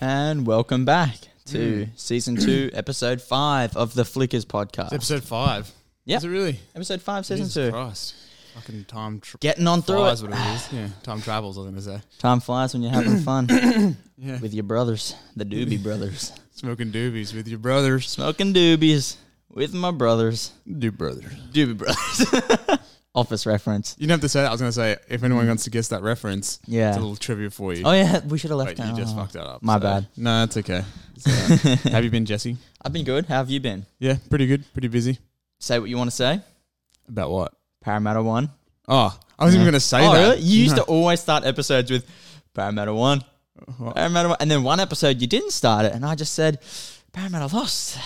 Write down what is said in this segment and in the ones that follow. and welcome back to Mm. season two, episode five of the Flickers podcast. It's episode five. Yep. Is it really? Episode five, season Jesus two. Christ. Fucking time tra- Getting on through flies, it. what it is. Yeah. Time travels, I was going to say. Time flies when you're having fun Yeah. with your brothers, the Doobie Brothers. Smoking doobies with your brothers. Smoking doobies with my brothers. Doobie brothers. Doobie Brothers. Office reference. You didn't have to say that. I was going to say, if anyone wants to guess that reference, it's a Yeah. little trivia for you. Oh, yeah. We should have But left you out. just fucked that up. My so- bad. No, that's okay. It's alright. have you been, Jesse? I've been good. How have you been? Yeah, pretty good. Pretty busy. Say what you want to say. About what? Parramatta one. Oh, I was Yeah. even going to say oh, that. really? You used to always start episodes with Parramatta one. Well, Parramatta one. And then one episode you didn't start it, and I just said, Parramatta lost.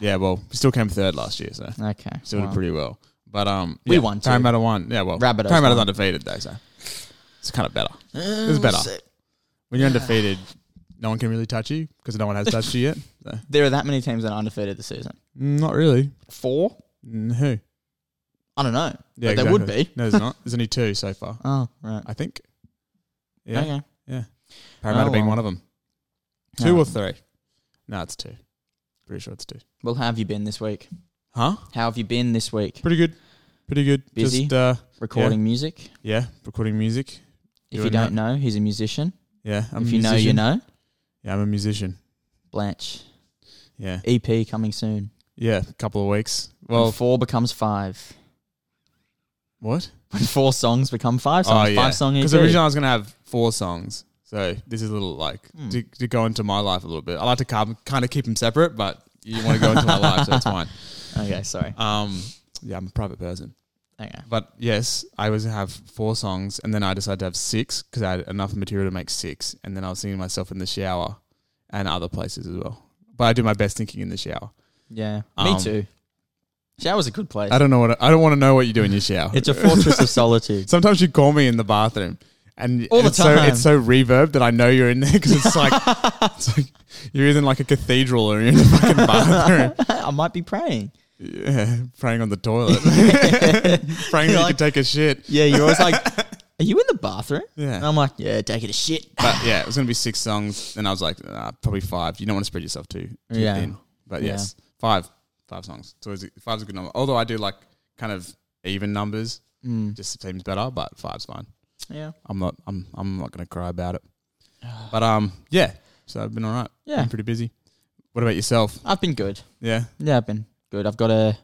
Yeah, well, we still came third last year, so Okay. still well, did pretty well. But um, We yeah, won too. Parramatta won. Yeah, well, Rabbitohs Parramatta's won. undefeated though, so it's kind of better. uh, was better. sick. When you're undefeated, no one can really touch you because no one has touched you yet. So. There are that many teams that are undefeated this season. Mm, Not really. Four? Mm, Who? I don't know. Yeah, but there would exactly. be. No, there's not. There's only two so far, Oh, right. I think. Yeah, Okay. Parramatta Oh, being well. one of them. Two Oh. or three? No, it's two. Pretty sure it's two. Well, how have you been this week? Huh? How have you been this week? Pretty good. Pretty good. Busy? Just uh, Recording music. yeah, recording music. If Doing you don't know, he's a musician. Yeah, I'm if a you know, you musician. know. Yeah, I'm a musician. Blanche Yeah. EP coming soon. Yeah, a couple of weeks. Well, Well, four becomes five. what? When four songs become five Oh, songs, five song E EP. Because originally I was gonna have four songs, so this is a little like Hmm. to, to go into my life a little bit. I like to kind of keep them separate, but you want to go into my life, so it's fine. okay, sorry. Um, yeah, I'm a private person, Okay. but yes, I was gonna have four songs, and then I decided to have six because I had enough material to make six, and then I was singing to myself in the shower and other places as well. But I do my best thinking in the shower. Yeah. Um, Me too. Shower's a good place. I don't know what I don't want to know what you do in your shower. It's a fortress of solitude. Sometimes you call me in the bathroom, and All the it's so, time. it's so reverb that I know you're in there because it's like it's like you're either in like a cathedral or you're in a fucking bathroom, I might be praying. yeah, praying on the toilet, praying that You're you like- can take a shit. Yeah, you're always like, are you in the bathroom? And Yeah, I'm like, yeah, take it a shit. but yeah, it was gonna be six songs, and I was like, nah, probably five. You don't want to spread yourself too, too Yeah. thin. But Yeah. yes, five, five songs. So is it- five's a good number. Although I do like kind of even numbers, Mm. just seems better. But five's fine. Yeah. I'm not. I'm. I'm not going to cry about it. But um, yeah. So I've been all right. Yeah. Been pretty busy. What about yourself? I've been good. Yeah. Yeah, I've been good. I've got a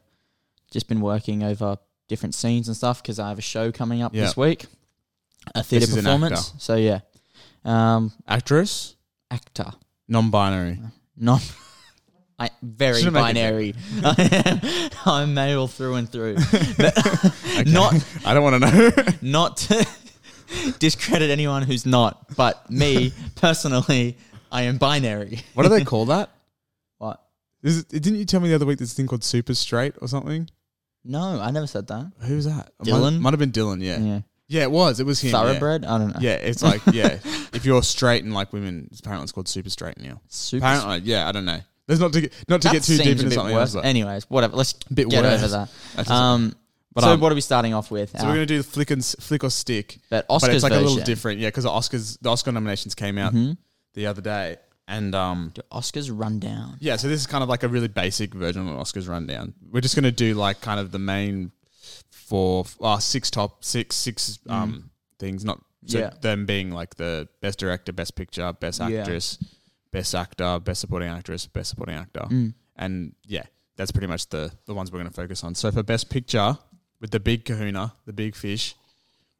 just been working over different scenes and stuff because I have a show coming up Yeah. this week, a theatre is an performance. So yeah, um, Actress, actor, non-binary. non, I very Shouldn't make binary. I'm male through and through. Not I don't want to know. not to discredit anyone who's not, but me personally, I am binary. what do they call that? What? Is it, didn't you tell me the other week this thing called super straight or something? No, I never said that. Who was that? Might- Dylan? Mm. Might, have been Dylan. Yeah. yeah. Yeah, it was. It was him. yeah. thoroughbred. I don't know. Yeah. It's like yeah. if you're straight and like women, it's apparently it's called super straight now. Super Apparently, yeah. I don't know. There's not to get not to That get too seems deep a into bit something. worse. else, but- Anyways, whatever. Let's Bit get worse. over that. That's just- Um, But, so um, what are we starting off with? so Our- we're gonna do the flick and s- flick or stick. but Oscars but it's like version. a little different, yeah, because Oscars the Oscar nominations came out Mhm. the other day, and um, The Oscars rundown. yeah, so this is kind of like a really basic version of an Oscars rundown. We're just gonna do like kind of the main four, uh, six top six six um things, not so Mm. Yeah. them being like the best director, best picture, best Yeah. actress, best actor, best supporting actress, best supporting actor, Mm. and yeah, that's pretty much the the ones we're gonna focus on. So for best picture, with the big Kahuna, the big fish,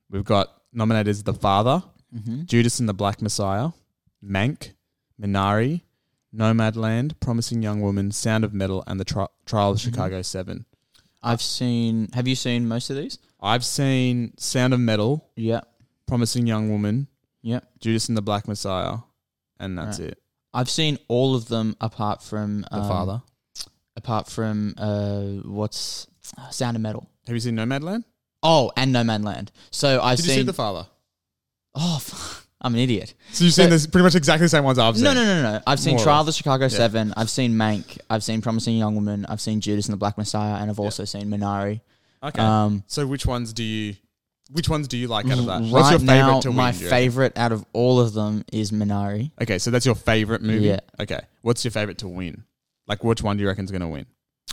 we've got nominated as the father. Mm-hmm. Judas and the Black Messiah, Mank, Minari, Nomadland, Promising Young Woman, Sound of Metal, and the tri- Trial of Chicago Seven. I've seen. Have you seen most of these? I've seen Sound of Metal, Yeah. Promising Young Woman, Yep. Judas and the Black Messiah, and that's it. I've seen all of them apart from The um, Father. Apart from uh, what's uh, Sound of Metal. Have you seen Nomadland? Oh, and No Man Land. So I've Did seen. you see The Father? Uh, oh, fuck. I'm an idiot. So you've So- seen this pretty much exactly the same ones I've seen. No, no, no, no. I've seen More or Trial less. of the Chicago Yeah. Seven. I've seen Mank. I've seen Promising Young Woman. I've seen Judas and the Black Messiah, and I've Yeah. also seen Minari. Okay. Um, so which ones do you? Which ones do you like out of that? Right What's your favorite now, to win? my do you reckon? favorite out of all of them is Minari. Okay, so that's your favorite movie. Yeah. Okay, what's your favorite to win? Like, which one do you reckon's gonna win?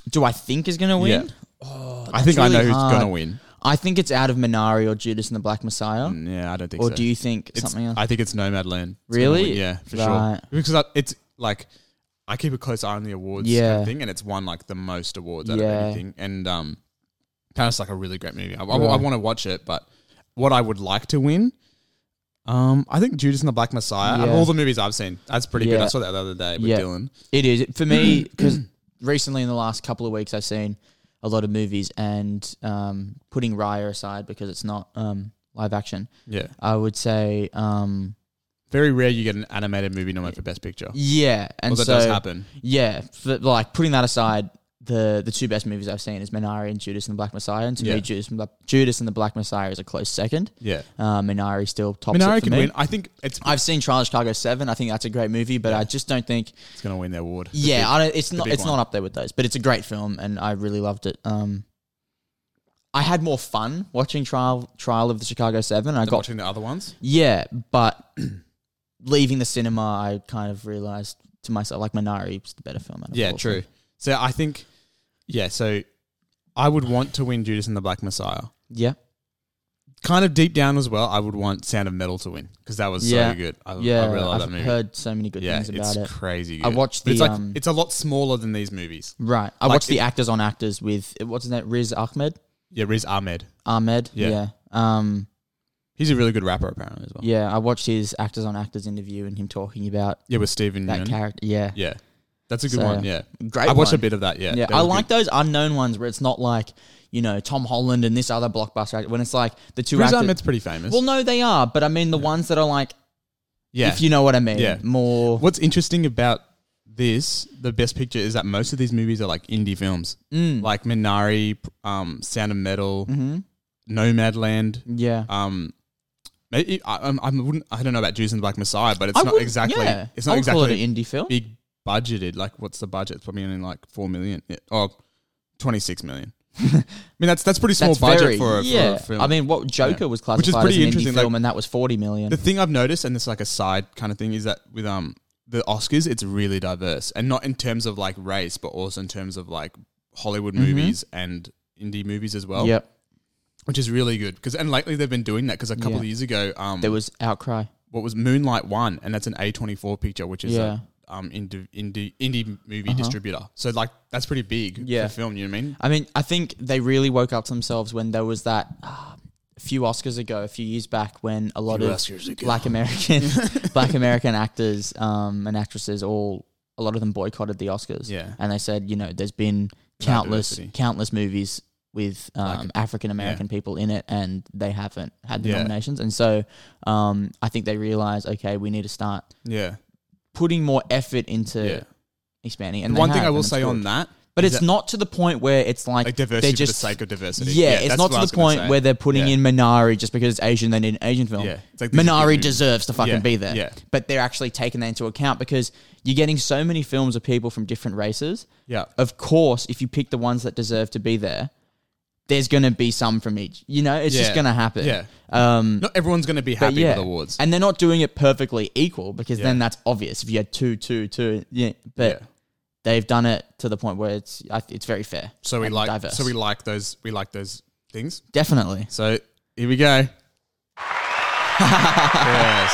Do I think is going to win? Yeah. Oh, I think I know hard. who's gonna win. I think it's out of Minari or Judas and the Black Messiah. Mm, Yeah, I don't think or so. do you think It's- something else? I think it's Nomadland. It's gonna Really? win, Yeah, for Right. sure. Because I, it's like I keep a close eye on the awards. Yeah. and thing, and it's won like the most awards out Yeah. of anything. And um, Paris like a really great movie. I, Right. want to watch it, but what I would like to win. Um, I think Judas and the Black Messiah. Out of Yeah. all the movies I've seen, that's pretty good. Yeah. I saw that the other day with Yeah. Dylan. It is for me because recently in the last couple of weeks I've seen a lot of movies and um, putting Raya aside because it's not um, live action. Yeah, I would say um, very rare you get an animated movie nominated for Best Picture. yeah, and well, that so does happen. yeah, for, like putting that aside. The, the two best movies I've seen is Minari and Judas and the Black Messiah, and to Yeah. me Judas and, the, Judas and the Black Messiah is a close second. Yeah, Uh, Minari still tops it Minari for can me. win. I think it's I've seen Trial of Chicago Seven. I think that's a great movie, but I just don't think. it's gonna win the award. The Yeah, big- I don't, it's not. big It's one. not up there with those, but it's a great film, and I really loved it. Um, I had more fun watching Trial Trial of the Chicago Seven. and I Than got watching the other ones. yeah, but leaving the cinema, I kind of realized to myself like Minari was the better film. Out of Yeah, all of true. them. So I think, yeah. So I would want to win Judas and the Black Messiah. Yeah, Kind of deep down as well, I would want Sound of Metal to win because that was Yeah. so good. I, yeah. I really love I've that movie. heard so many good yeah, things about it's it. crazy. I good. watched But it's the, like um, it's a lot smaller than these movies. Right, I like watched the it- actors on actors with what's his name, Riz Ahmed. Yeah, Riz Ahmed. Ahmed. Yeah. yeah. Um, He's a really good rapper apparently as well. Yeah, I watched his actors on actors interview and him talking about Yeah, with Steven that Yeun. character. Yeah, Yeah, that's a good So, one. Yeah, great. I watched one. a bit of that. Yeah, Yeah, That I was like those unknown ones where it's not like you know Tom Holland and this other blockbuster actor. When it's like the good. two Riz actors. Ahmed's pretty famous. Well, no, they are, but I mean the Yeah. ones that are like, yeah, if you know what I mean, Yeah. more. What's interesting about this, the best picture, is that most of these movies are like indie films, Mm, like Minari, um, Sound of Metal, hmm Nomadland. Yeah, Um, maybe, I, I'm- I wouldn't. I don't know about Jews and the Black Messiah, but it's I not would- exactly. yeah, It's I not would call it exactly an indie film. big budgeted. Like, what's the budget? It's probably only like four million yeah, or twenty six million. I mean, that's that's pretty small That's budget very for, a, yeah. for a film. I mean, what Joker was classified Which is as pretty an interesting, indie like- film, and that was forty million. The thing I've noticed, and this is like a side kind of thing, is that with um the Oscars, it's really diverse, and not in terms of like race, but also in terms of like Hollywood Mm-hmm. movies and indie movies as well. yep, which is really good because and lately they've been doing that because a couple Yeah. of years ago, um, there was outcry. what was Moonlight One, and that's an A twenty four picture, which is Yeah. a um indie indie, indie movie Uh-huh. distributor. So like that's pretty big Yeah. for film. You know what I mean? I mean, I think they really woke up to themselves when there was that uh, a few Oscars ago, a few years back, when a lot of black American, black American actors um, and actresses, all a lot of them boycotted the Oscars, Yeah. and they said, you know, there's been countless, diversity. countless movies with um, Like- African American people in it, and they haven't had the Yeah. nominations, and so um, I think they realize, okay, we need to start Yeah, putting more effort into yeah. expanding. And And they one thing have, I will and it's say good. on that, but is it's that- not to the point where it's like, like diversity they're for the just sake of diversity. yeah, it's that's not what I to was the gonna point say. where they're putting Yeah. in Minari just because it's Asian, they need an Asian film. yeah, it's like these are Minari good movies. deserves to fucking Yeah, be there. yeah. But they're actually taking that into account because you're getting so many films of people from different races. yeah. Of course, if you pick the ones that deserve to be there, there's going to be some from each. You know, it's just Yeah, going to happen. yeah. Um, Not everyone's going to be but happy yeah. with awards. And they're not doing it perfectly equal because then Yeah. that's obvious if you had two, two, two. Yeah. But Yeah. they've done it to the point where it's I, it's very fair. So we and like diverse. so we like those we like those things. Definitely. So here we go. yes.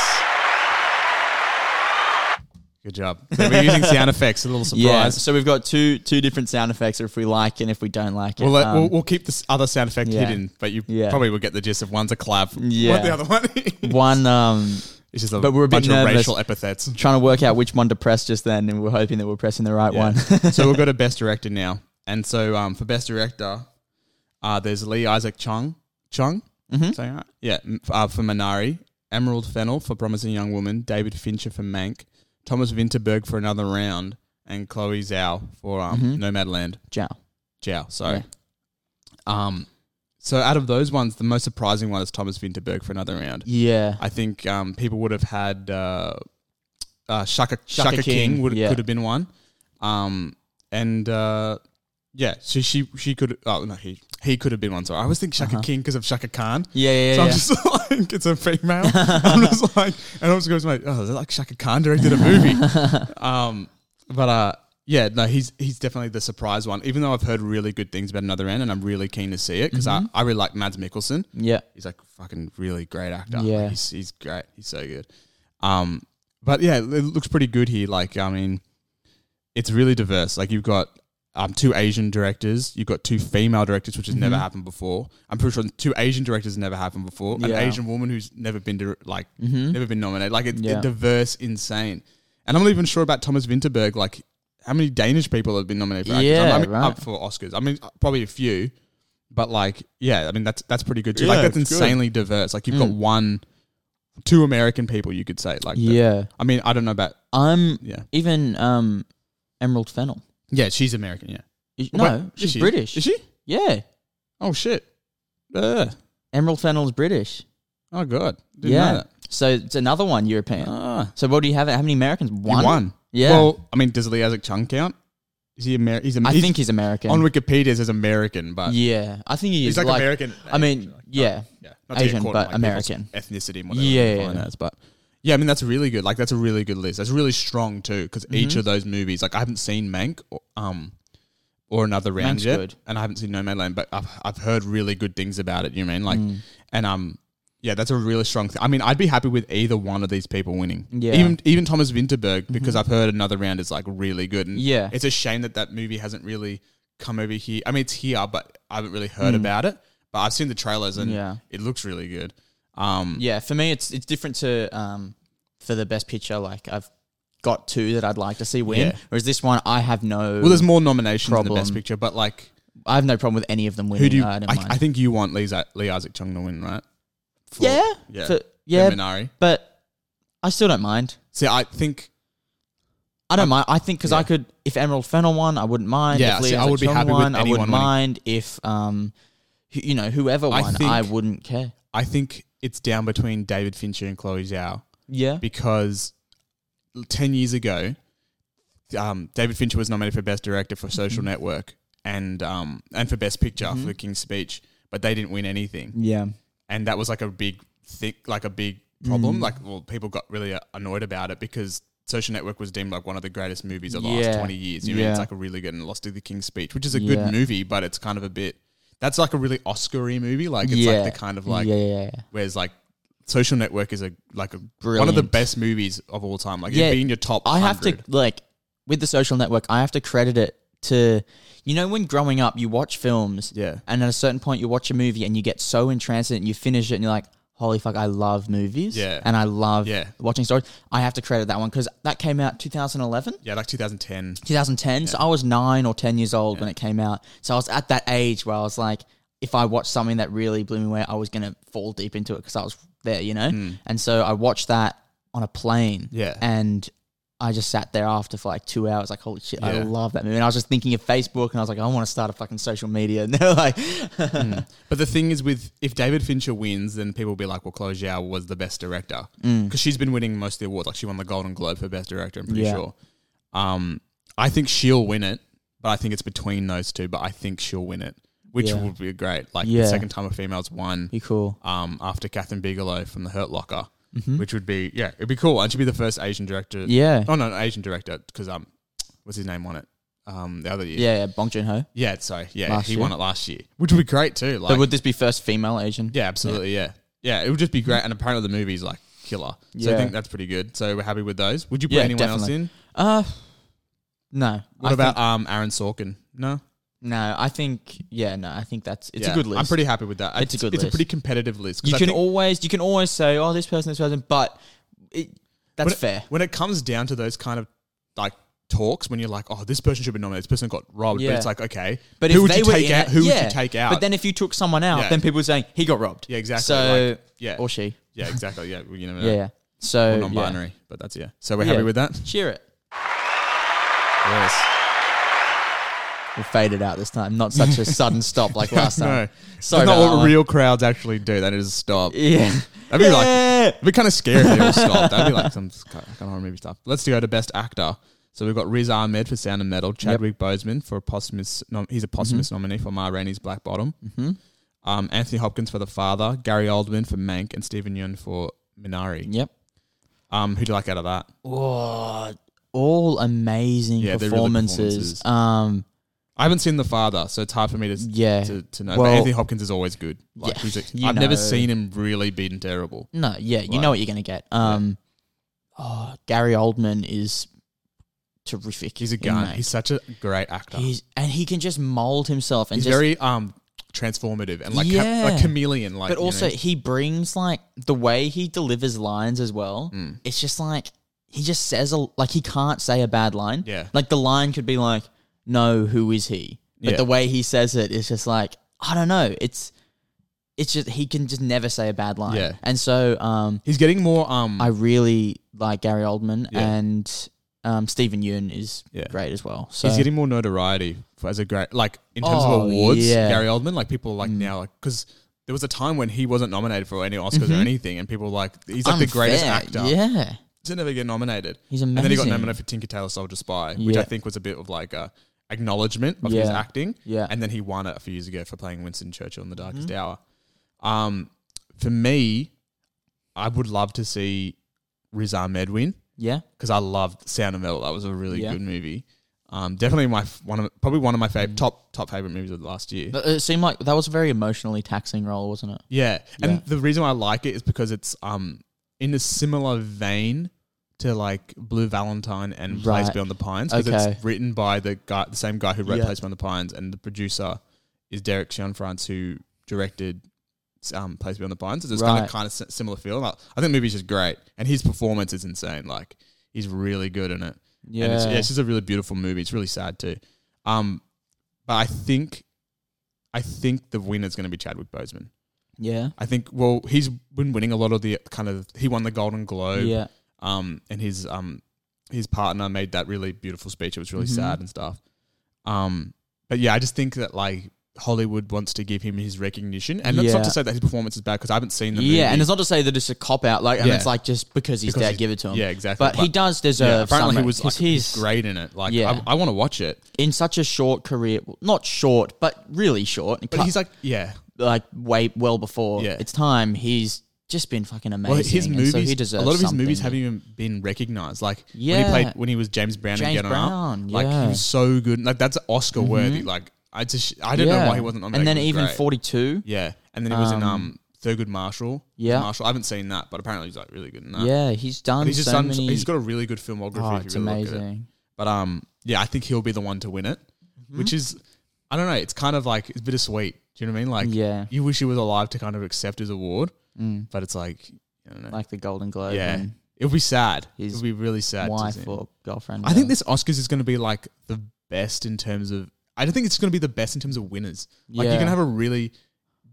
Good job. So we're using sound effects. A little Yeah. surprise. So we've got two two different sound effects if we like and if we don't like it. We'll, let, Um, we'll, we'll keep this other sound effect yeah. hidden, but you Yeah. probably will get the gist of one's a clap. Yeah. What the other one? is. one um it's just a But we're a bit bunch of nervous. racial epithets. trying to work out which one to press just then, and we're hoping that we're pressing the right one. so we'll go to best director now. And so um, for best director, uh, there's Lee Isaac Chung. Chung? Mhm. Saying that? Yeah. m- Uh, for Minari, Emerald Fennel for Promising Young Woman, David Fincher for Mank, Thomas Vinterberg for Another Round, and Chloe Zhao for um, Mhm. Nomadland. Ciao. Zhao, sorry. Um, so out of those ones, the most surprising one is Thomas Vinterberg for Another Round. Yeah. I think um, people would have had uh, uh, Shaka, Shaka Shaka, King, King, would yeah. could have been one, um, and uh, yeah, so she she could oh no he He could have been one. So I always think Shaka Uh-huh. King because of Shaka Khan. Yeah, yeah, So yeah. I'm just like, it's a female. I'm just like, and I was goes, mate, oh, they're like Shaka Khan directed a movie. um, but uh, yeah, no, he's he's definitely the surprise one. Even though I've heard really good things about Another End, and I'm really keen to see it because Mm-hmm. I, I really like Mads Mikkelsen. yeah. He's like a fucking really great actor. Like, Yeah. he's he's great. He's so good. Um, but yeah, it looks pretty good here. Like, I mean, it's really diverse. Like, you've got um two Asian directors, you've got two female directors, which has never Mhm. happened before. I'm pretty sure two Asian directors never happened before. An Yeah. Asian woman who's never been to like Mm-hmm. never been nominated. Like, it's Yeah. diverse, insane. And I'm not even sure about Thomas Vinterberg. Like, how many Danish people have been nominated for? actors? Yeah, I mean, right. up for Oscars. I mean, uh, probably a few, but like, yeah, I mean, that's that's pretty good too. Yeah, like, that's it's good. insanely diverse. Like, you've got Mm. one, two American people, you could say. Like, the- Yeah. I mean, I don't know about I'm yeah, even um, Emerald Fennel. yeah. She's American. Yeah. Is- Wait, No, is she's she? British. Is she? Yeah, Oh shit. Uh, Emerald Fennel's British. oh god. Didn't Yeah. Know that. So it's another one European. Ah, so what do you have? How many Americans? you One. won. Yeah. Well, I mean, does Lee Isaac Chung count? Is he American? He's, Amer- I he's- think he's American. on Wikipedia it says American, but yeah, I think he he's is like, like American. I mean, yeah. yeah, not to get Asian, caught in, but people's American. ethnicity and whatever. Yeah, Yeah, yeah, yeah. but yeah, I mean that's really good. Like that's a really good list. That's really strong too because each Mhm. of those movies, like I haven't seen Mank, or, um, or another round Mank's yet, good. and I haven't seen Nomadland, but I've I've heard really good things about it. You mean like, Mm. and um, yeah, that's a really strong. thing. I mean, I'd be happy with either one of these people winning. Yeah. Mm-hmm. even even Thomas Vinterberg because I've heard another round is like really good. And Yeah. it's a shame that that movie hasn't really come over here. I mean, it's here, but I haven't really heard Mm. about it. But I've seen the trailers and Yeah. it looks really good. Um, Yeah, for me, it's it's different to um for the best picture. Like I've got two that I'd like to see win, Yeah. whereas this one I have no. Well, there's more nominations in the best Problem. picture, but like, I have no problem with any of them winning. who do you? I, I, don't I, mind. think you want Lee, Isaac- Lee Isaac Chung to win, right? For- yeah, yeah, for- for yeah, Minari. but I still don't mind. See, I think I don't mind. I think because I yeah. could, if Emerald Fennel won, I wouldn't mind. Yeah, if Lee see, I Isaac would be Chung happy with won, I anyone wouldn't winning. mind if um, who- you know, whoever I won, think- I wouldn't care. I think it's down between David Fincher and Chloe Zhao Yeah, because ten years ago, um, David Fincher was nominated for Best Director for Mm-hmm. Social Network and um, and for Best Picture for The King's Speech, but they didn't win anything. yeah, and that was like a big thick like a big problem Mm. like well people got really uh, annoyed about it because social network was deemed like one of the greatest movies of the Yeah. last 20 years you know it's Yeah. like a really good and lost to the king's speech which is a Yeah. good movie but it's kind of a bit that's like a really oscar-y movie like it's yeah. like the kind of like yeah, yeah, yeah. whereas like social network is a like a one of the Brilliant. best movies of all time like Yeah, it being your top I have to 100. like with the social network. I have to credit it to you know when growing up you watch films yeah and at a certain point you watch a movie and you get so entranced in it and you finish it and you're like holy fuck I love movies Yeah. and I love Yeah. watching stories. I have to credit that one because that came out 2011. yeah like 2010 2010. So I was nine or 10 years old when it came out. So I was at that age where I was like, if I watched something that really blew me away, I was going to fall deep into it because I was there, you know? And so I watched that on a plane. Hmm. Yeah. And I just sat there after for like two hours, like, holy shit, I Yeah. love that movie. And I was just thinking of Facebook and I was like, I want to start a fucking social media. And they're like, But the thing is, with if David Fincher wins, then people will be like, "Well, Chloe Zhao was the best director Mm. because she's been winning most of the awards. Like she won the Golden Globe for best director. I'm pretty Yeah. sure. Um, I think she'll win it, but I think it's between those two. But I think she'll win it, which Yeah. would be great. Like Yeah. the second time a female's won be cool. um, after Catherine Bigelow from The Hurt Locker, which would be yeah, it'd be cool. And she'd be the first Asian director. Mm-hmm. Yeah. Oh no, an Asian director because um, what's his name on it? Um, the other year. Yeah, yeah, Bong Joon Ho. Yeah, sorry. Yeah, Last he year. won it last year, which would be great too. Like, But would this be first female Asian? yeah, absolutely. Yeah. yeah. It would just be great. And apparently the movie's like killer. So Yeah. I think that's pretty good. So we're happy with those. Would you put Yeah, anyone else definitely. in? Uh, no. What I about think- um Aaron Sorkin? No. no, I think, yeah, no, I think that's, it's Yeah, a good list. I'm pretty happy with that. It's a good It's list. a pretty competitive list. 'cause You I can think always you can always say, oh, this person, this person, but it, that's when it- fair. when it comes down to those kind of like talks when you're like, oh, this person should be nominated, this person got robbed, Yeah. but it's like, okay, But who if would they you were take in out? it- Who would yeah. you take out? But then if you took someone out, Yeah. then people are saying he got robbed. yeah, exactly. So like, yeah, or she, yeah, exactly. Yeah, well, you know, yeah. So we're yeah. non-binary, but that's yeah. So we're Yeah. happy with that. Cheer it. Yes. We'll fade it out this time. Not such a sudden stop like last time. no, Sorry that's not about that what one. real crowds actually do. That is stop. Yeah. That'd be like Yeah. It'd be kind of scary if they all stopped. That'd be like some kind of horror movie stuff. Let's go to best actor. So we've got Riz Ahmed for Sound and Metal, Chadwick Boseman for a posthumous. Nom- he's a posthumous Mm-hmm. nominee for Ma Rainey's Black Bottom. hmm Um, Anthony Hopkins for The Father, Gary Oldman for Mank, and Stephen Yeun for Minari. Yep. Um, who do you like out of that? Whoa, all amazing Yeah, they're really performances. performances. Um, I haven't seen The Father, so it's hard for me to yeah. to, to know. but Well- Anthony Hopkins is always good. Like, Yeah, he's a, you I've know. never seen him really being terrible. No, yeah, you Like- know what you're gonna get. Um, oh, Gary Oldman is terrific. He's a in gun. that. He's such a great actor. He's, He's and he can just mold himself and just, very um transformative and like Yeah. ca- like chameleon. Like, but you also know. he brings like the way he delivers lines as well. Hmm. It's just like he just says a like he can't say a bad line. Yeah. like the line could be like, "No, who is he?" But Yeah. the way he says it is just like I don't know. It's it's just he can just never say a bad line. Yeah. and so um, he's getting more um. I really like Gary Oldman Yeah. and um, Stephen Yeun is Yeah. great as well. So he's getting more notoriety for, as a great like in terms Oh, of awards. yeah. Mm. Gary Oldman, like people like now like because. There was a time when he wasn't nominated for any Oscars or anything, and people were like he's like the greatest Mm-hmm. unfair. actor Yeah, to never get nominated. he's And amazing. then he got nominated for Tinker Tailor Soldier Spy, which I Yeah. think was a bit of like a acknowledgement of his Yeah. acting. Yeah, and then he won it a few years ago for playing Winston Churchill in The Darkest Hour. Um, for me, I would love to see Riz Ahmed win yeah, because I loved Sound of Metal. That was a really Yeah. good movie. Um, definitely my f- one of probably one of my favorite top top favorite movies of the last year. But it seemed like that was a very emotionally taxing role, wasn't it? yeah, and Yeah. the reason why I like it is because it's um in a similar vein to like Blue Valentine and Place Right. Beyond the Pines because Okay. it's written by the guy, the same guy who wrote Yeah. Place Beyond the Pines, and the producer is Derek Cianfrance who directed um, Place Beyond the Pines. So it's kind Right. of kind of similar feel. Like, I think the movie's just great, and his performance is insane. Like he's really good in it. Yeah, And it's, yeah, it's just a really beautiful movie. It's really sad too. Um, but I think, I think the winner's going to be Chadwick Boseman. yeah, I think. Well, he's been winning a lot of the kind of. He won the Golden Globe. yeah. Um, and his um, his partner made that really beautiful speech. It was really Mhm. sad and stuff. Um, but yeah, I just think that like Hollywood wants to give him his recognition, and that's not Yeah. to say that his performance is bad because I haven't seen the movie. Yeah, and it's not to say that it's a cop out, like, and Yeah. it's like just because he's Because dead, he's- give it to him. yeah, exactly. but, he does deserve. yeah, apparently some he rec- was 'cause like, he's he's great in it. Like, Yeah. I, I want to watch it. in such a short career. well, Not short, but really short. But he's like, yeah, like way well before Yeah. it's time. He's just been fucking amazing. Well, his and movies, so he deserves a lot of his something. movies haven't even been recognized. Like when Yeah. he played when he was James Brown in James Get On Brown, Up, like yeah. Mm-hmm. he was so good. Like that's Oscar worthy. Like I just I don't know why he wasn't on. And that. then He was even great. forty two. yeah, and then he was in Um, um Thurgood Marshall. yeah. Marshall. I haven't seen that, but apparently he's like really good in that. Yeah, he's done But he's just so done. many. He's got a really good filmography. oh, if it's you really Look at it. amazing. But um, yeah, I think he'll be the one to win it, Mm-hmm. which is I don't know. It's kind of like it's bittersweet. Do you know what I mean? Like yeah, you wish he was alive to kind of accept his award, Mm. but it's like I don't know. like the Golden Globe. Yeah. and It'll be sad. His It'll be really sad. to wife see. or girlfriend. I think this Oscars is going to be like the best in terms of. I don't think it's going to be the best in terms of winners. Like you're Yeah. going to have a really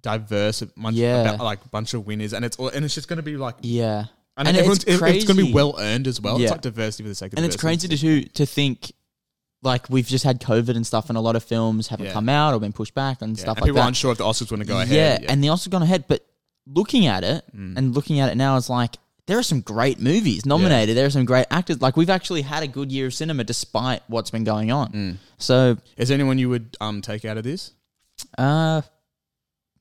diverse bunch, Yeah. about, like bunch of winners, and it's all, and it's just going to be like Yeah, and, And it's everyone's, it- it's going to be crazy. well earned as well. It's Yeah. like diversity for the sake of and it's diversity. crazy to do- to think. Like we've just had COVID and stuff, and a lot of films haven't Yeah. come out or been pushed back and Yeah, stuff and like people that. aren't sure if the Oscars want to go yeah, ahead. Mm. and the Oscars gone ahead, but looking at it and looking at it now, it's like there are some great movies nominated. There are some great actors. Like we've actually had a good year of cinema despite what's been going on. Mm. So, is there anyone you would um take out of this? uh,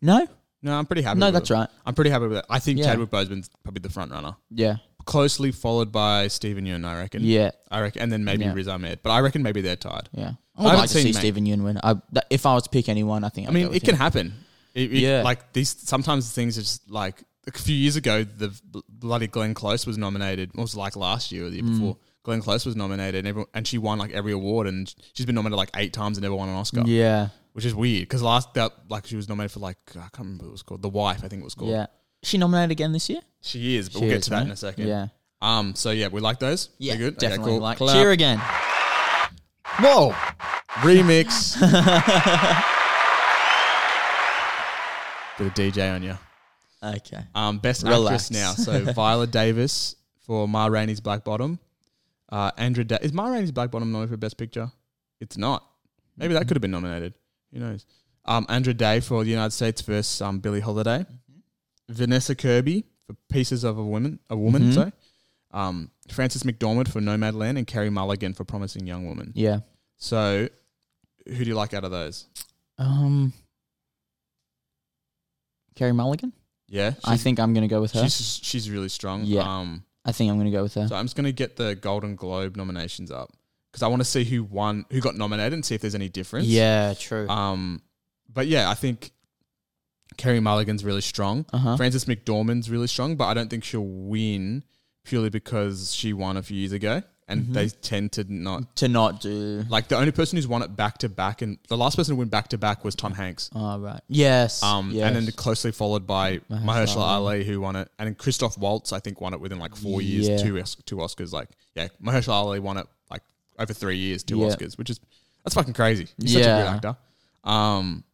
no, No, I'm pretty happy. no, with that's it. right. I'm pretty happy with that. I think Yeah. Chadwick Boseman's probably the front runner, Yeah, closely followed by Stephen Yeun, I reckon. yeah, I reckon, and then maybe Yeah. Riz Ahmed. But I reckon maybe they're tied. yeah. I I would haven't like to seen see Mank. Stephen Yeun win. I, that, if I was to pick anyone, I think. I I'd go mean, with it can him. happen. It, it- Yeah. Like these, sometimes things are just like a few years ago, the bl- bloody Glenn Close was nominated. It was like last year or the year Mm. before. Glenn Close was nominated, and everyone, and she won like every award, and she's been nominated like eight times and never won an Oscar, Yeah, which is weird because last that like she was nominated for like I can't remember what it was called, The Wife, I think it was called. yeah. She nominated again this year. She is, but She we'll get is, to that in right? a second. Yeah, Um. So yeah, we like those. yeah, They're good. Okay, definitely. cool. Like Clap. cheer again. Whoa. Remix. Bit of DJ on you. Okay. Um, best Relax. actress now. So Viola Davis for Ma Rainey's Black Bottom. Uh, Andra da- is Ma Rainey's Black Bottom nominated for Best Picture? It's not. Maybe that could have been nominated. Who knows? Um, Andra Day for the United States versus um, Billie Holiday. Vanessa Kirby for Pieces of a Woman. A woman. Mhm. Sorry. um, Frances McDormand for Nomadland and Kerry Mulligan for Promising Young Woman. Yeah. So, who do you like out of those? Um, Carrie Mulligan. Yeah, she's, I think I'm gonna go with her. she's she's really strong. Yeah. Um, I think I'm gonna go with her. so I'm just gonna get the Golden Globe nominations up because I want to see who won, who got nominated, and see if there's any difference. Yeah, true. Um, but yeah, I think Kerry Mulligan's really strong. Uh huh. Frances McDormand's really strong, but I don't think she'll win purely because she won a few years ago, and Mhm. they tend to not To not do. like the only person who's won it back to back, and the last person to win back to back was Tom Hanks. Oh, right. Yes. Um, yes. and then closely followed by Mahershala Mahershala Ali. Ali, who won it, and then Christoph Waltz, I think, won it within like four years, Yeah. two Os- two Oscars. Like, yeah, Mahershala Ali won it like over three years, two Yeah. Oscars, which is that's fucking crazy. He's such a Yeah. good actor. Um,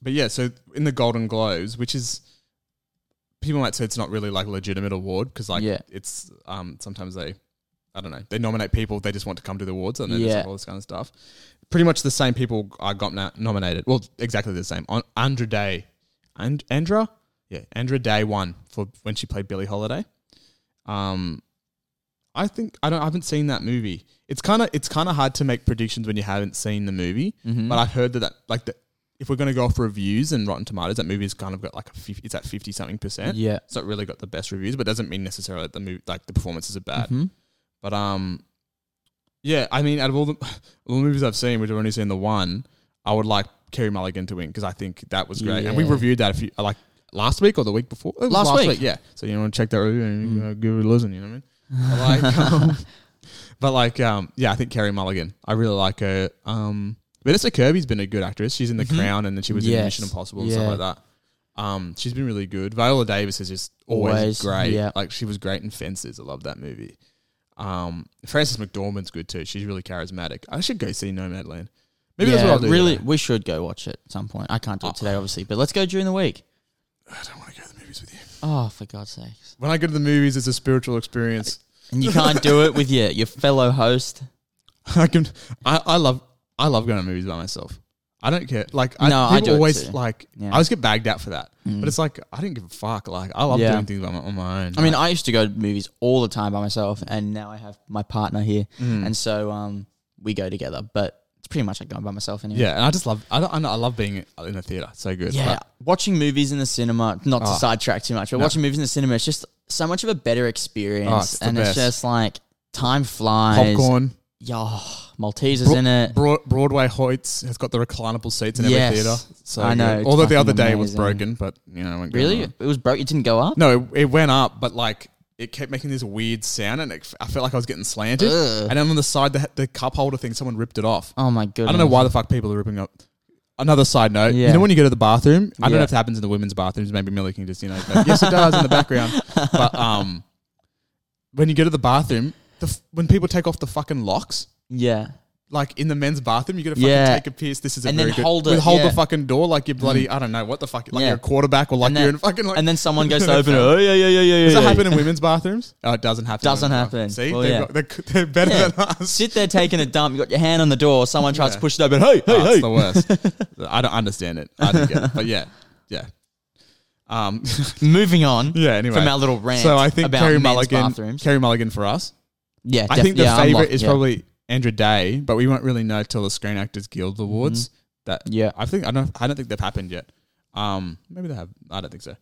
but yeah, so in the Golden Globes, which is people might say it's not really like a legitimate award because like Yeah. it's um sometimes they. I don't know. They nominate people they just want to come to the awards and then it's Yeah. like all this kind of stuff. Pretty much the same people I got na- nominated. Well, exactly the same. On Andra Day and Andra, yeah, Andra Day won for when she played Billie Holiday. Um, I think I don't. I haven't seen that movie. It's kind of it's kind of hard to make predictions when you haven't seen the movie. Mhm. But I've heard that that like the, if we're going to go off reviews and Rotten Tomatoes, that movie's kind of got like a 50, it's at fifty something percent. yeah. It's not really got the best reviews, but doesn't mean necessarily that the movie like the performances are bad. Mhm. But um, yeah, I mean, out of all the, all the movies I've seen, which I've only seen the one, I would like Kerry Mulligan to win because I think that was great. And we Yeah. reviewed that a few like last week or the week before. It was Last week. Mm. yeah. So you want to check that review and you know, give it a listen. You know what I mean? I like, um, but like, um, yeah, I think Kerry Mulligan. I really like her. Um, Vanessa Kirby's been a good actress. She's in The Crown, and then she was in Mm-hmm. Yes. Mission Impossible and stuff Yeah. like that. Um, she's been really good. Viola Davis is just always, Always, great. yeah. Like she was great in Fences. I love that movie. Um, Frances McDormand's good too. She's really charismatic. I should go see Nomadland. Maybe that's Yeah, what I'll do. Oh. Really, today. we should go watch it at some point. I can't do it today, obviously, but let's go during the week. I don't want to go to the movies with you. Oh, for God's sakes! When I go to the movies, it's a spiritual experience. And you can't do it with your your fellow host. I can. I, I love. I love going to movies by myself. I don't care. Like I, No, I people do it always too. like. Yeah. Mm. I always get bagged out for that. But it's like I didn't give a fuck. Like I love Yeah. doing things by my, on my own. I mean, I used to go to movies all the time by myself, and now I have my partner here, mm. and so um, we go together. But it's pretty much like going by myself anyway. yeah, and I just love. I don't, I, know, I love being in the theater. It's so good. Yeah, But watching movies in the cinema. Not to Oh. sidetrack too much, but No. watching movies in the cinema is just so much of a better experience, Oh, it's the and best. it's just like time flies. popcorn. yeah, Maltesers Bro- in it. Broad, Broadway Hoyts has got the reclinable seats in Yes. every theater. So I know, good. it's Although the other fucking day was amazing. broken, but you know, it won't go Really, on. it was broke. It didn't go up. No, it, it went up, but like it kept making this weird sound, and it, I felt like I was getting slanted. Ugh. And then on the side, the, the cup holder thing, someone ripped it off. Oh my I goodness! don't know why the fuck people are ripping up. Another side note, you Yeah. know when you go to the bathroom, I don't know Yeah. if it happens in the women's bathrooms. Maybe Millie can just you know, go, yes, it does in the background. But um, when you go to the bathroom, the f- when people take off the fucking locks, Yeah. like in the men's bathroom, you gotta fucking Yeah. take a piss. This is a And very then good- hold with it, hold yeah. Mm. the fucking door like you're bloody. I don't know what the fuck. Like Yeah. you're a quarterback or like And then- you're in fucking like. and then someone goes to open it. Oh yeah, yeah, yeah, yeah. does yeah, that yeah. happen in women's bathrooms? Oh, it doesn't happen. in Doesn't women's bathrooms. happen. See, Well, they've yeah. got- they're, they're better Yeah. than us. Sit there taking a dump. You got your hand on the door. Someone tries to push it open. Hey, hey, Oh, hey. It's the worst. I don't understand it. I don't get it. But yeah, yeah. Um, Moving on yeah. Anyway, from our little rant. so I think about Kerry men's Mulligan, bathrooms. Kerry Mulligan for us. yeah, I def- think the yeah, I'm favorite locked, is yeah. probably Andra Day, but we won't really know till the Screen Actors Guild Awards. That Mm-hmm. Yeah. I think I don't I don't think they've happened yet. Um, maybe they have. I don't think so.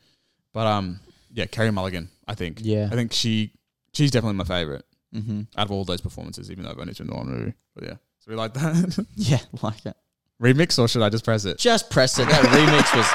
But um, yeah, Carrie Mulligan. I think. Yeah. I think she she's definitely my favorite Mm-hmm. out of all those performances, even though I've only seen the one movie. But yeah, so we like that Yeah, like it. remix, or should I just press it? Just press it. That remix was.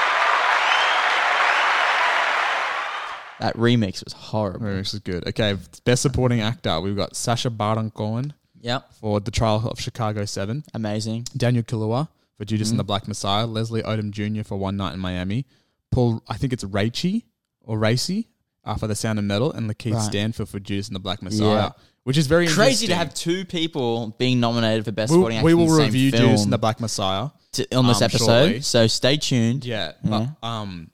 That remix was horrible. Remix is good. Okay, best supporting actor. We've got Sasha Baron Cohen Yep, for The Trial of Chicago Seven. amazing. Daniel Kaluuya for Judas Mm. and the Black Messiah, Leslie Odom Jr. for One Night in Miami, Paul, I think it's Raichi or Racy uh, for The Sound of Metal, and Lakeith Right. Stanfield for Judas and the Black Messiah, Yeah. which is very Crazy to interesting. have two people being nominated for best We'll- supporting actor. we will in the same review film Judas and the Black Messiah. to- on this um, episode. shortly. So stay tuned. Yeah, Mm. but um,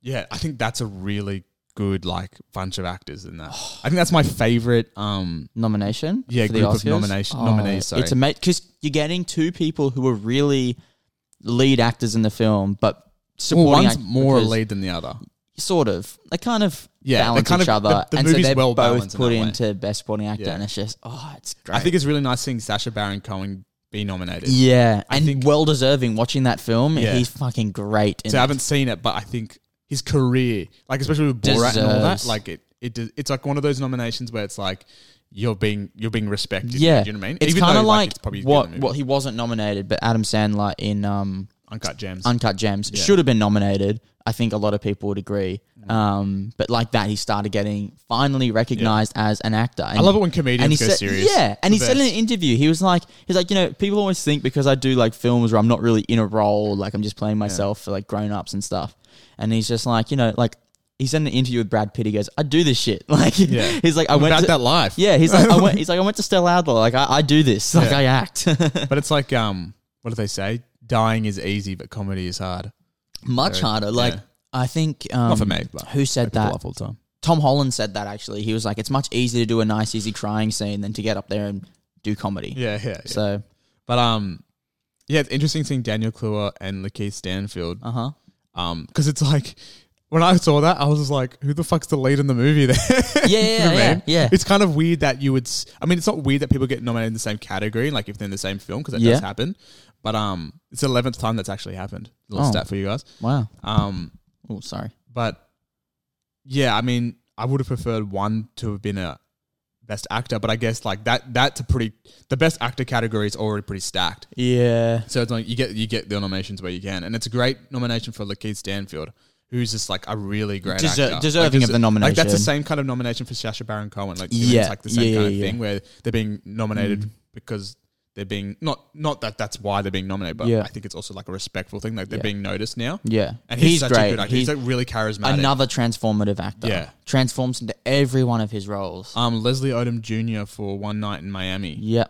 yeah, I think that's a really good like bunch of actors in that. I think that's my favorite. Um, nomination. Yeah, for the group of Oscars. Oh, nomination- nominees, sorry. It's amazing because you're getting two people who are really lead actors in the film, but well, supporting one's act- more a because- lead than the other. sort of. They kind of Yeah, they balance kind each of- other, the- the and so movie's they're well both balanced in put that way. into best supporting actor, Yeah. and it's just oh, it's great. I think it's really nice seeing Sasha Baron Cohen be nominated. yeah, I and think- well deserving. Watching that film, Yeah. he's fucking great. In So I it. haven't seen it, but I think his career, like especially with Borat and all that, Deserves. like it, it does, it's like one of those nominations where it's like you're being you're being respected. yeah, do you know what I mean? It's Even though, kind of like, it's probably a good what movie. what he wasn't nominated, but Adam Sandler in um, uncut gems. Uncut Gems Yeah. Mm. should have been nominated. I think a lot of people would agree. Um, but like that, he started getting finally recognized as an actor. I love it when comedians and he go said, serious. Yeah, and The he said in an best. interview, he was like, he's like, you know, people always think because I do like films where I'm not really in a role, like I'm just playing myself for like grown ups and stuff. And he's just like, you know, like he said in an interview with Brad Pitt, he goes, I do this shit. Like, Yeah. he's like, I went about to, that life. yeah, he's like, I went, he's like, I went to Stella Adler, like I, I do this, like Yeah. I act. but it's like um, what do they say? Dying is easy, but comedy is hard. Much Very- harder, like. yeah. I think um, Not for me, but who said People that? laugh all the time. Tom Holland said that actually. He was like, "It's much easier to do a nice, easy crying scene than to get up there and do comedy." Yeah, yeah. yeah. So, But um, yeah, it's interesting seeing Daniel Kluwer and Lakeith Stanfield uh huh. Um, because it's like when I saw that, I was just like, "Who the fuck's the lead in the movie?" There, Yeah, yeah, You know what I yeah, mean? yeah. It's kind of weird that you would. s- I mean, it's not weird that people get nominated in the same category, like if they're in the same film, because that Yeah. does happen. But um, it's the eleventh time that's actually happened. Little Oh. stat for you guys. Wow. Um, Oh, sorry. but yeah, I mean, I would have preferred one to have been a best actor, but I guess like that that's a pretty the best actor category is already pretty stacked. Yeah. So it's like you get you get the nominations where you can, and it's a great nomination for Lakeith Stanfield, who's just like a really great Deser- actor. deserving Like, of the Like that's the nomination. same kind of nomination for Sacha Baron Cohen. Like Yeah, it's like the same yeah, kind of yeah, thing yeah. Mm. where they're being nominated because they're being not not that that's why they're being nominated, but Yeah. I think it's also like a respectful thing. Like they're Yeah. being noticed now, Yeah. and he's, such great. a good actor. He's, He's, like really charismatic. another transformative actor. Yeah. Transforms into every one of his roles. um, Leslie Odom Jr. for One Night in Miami. yeah.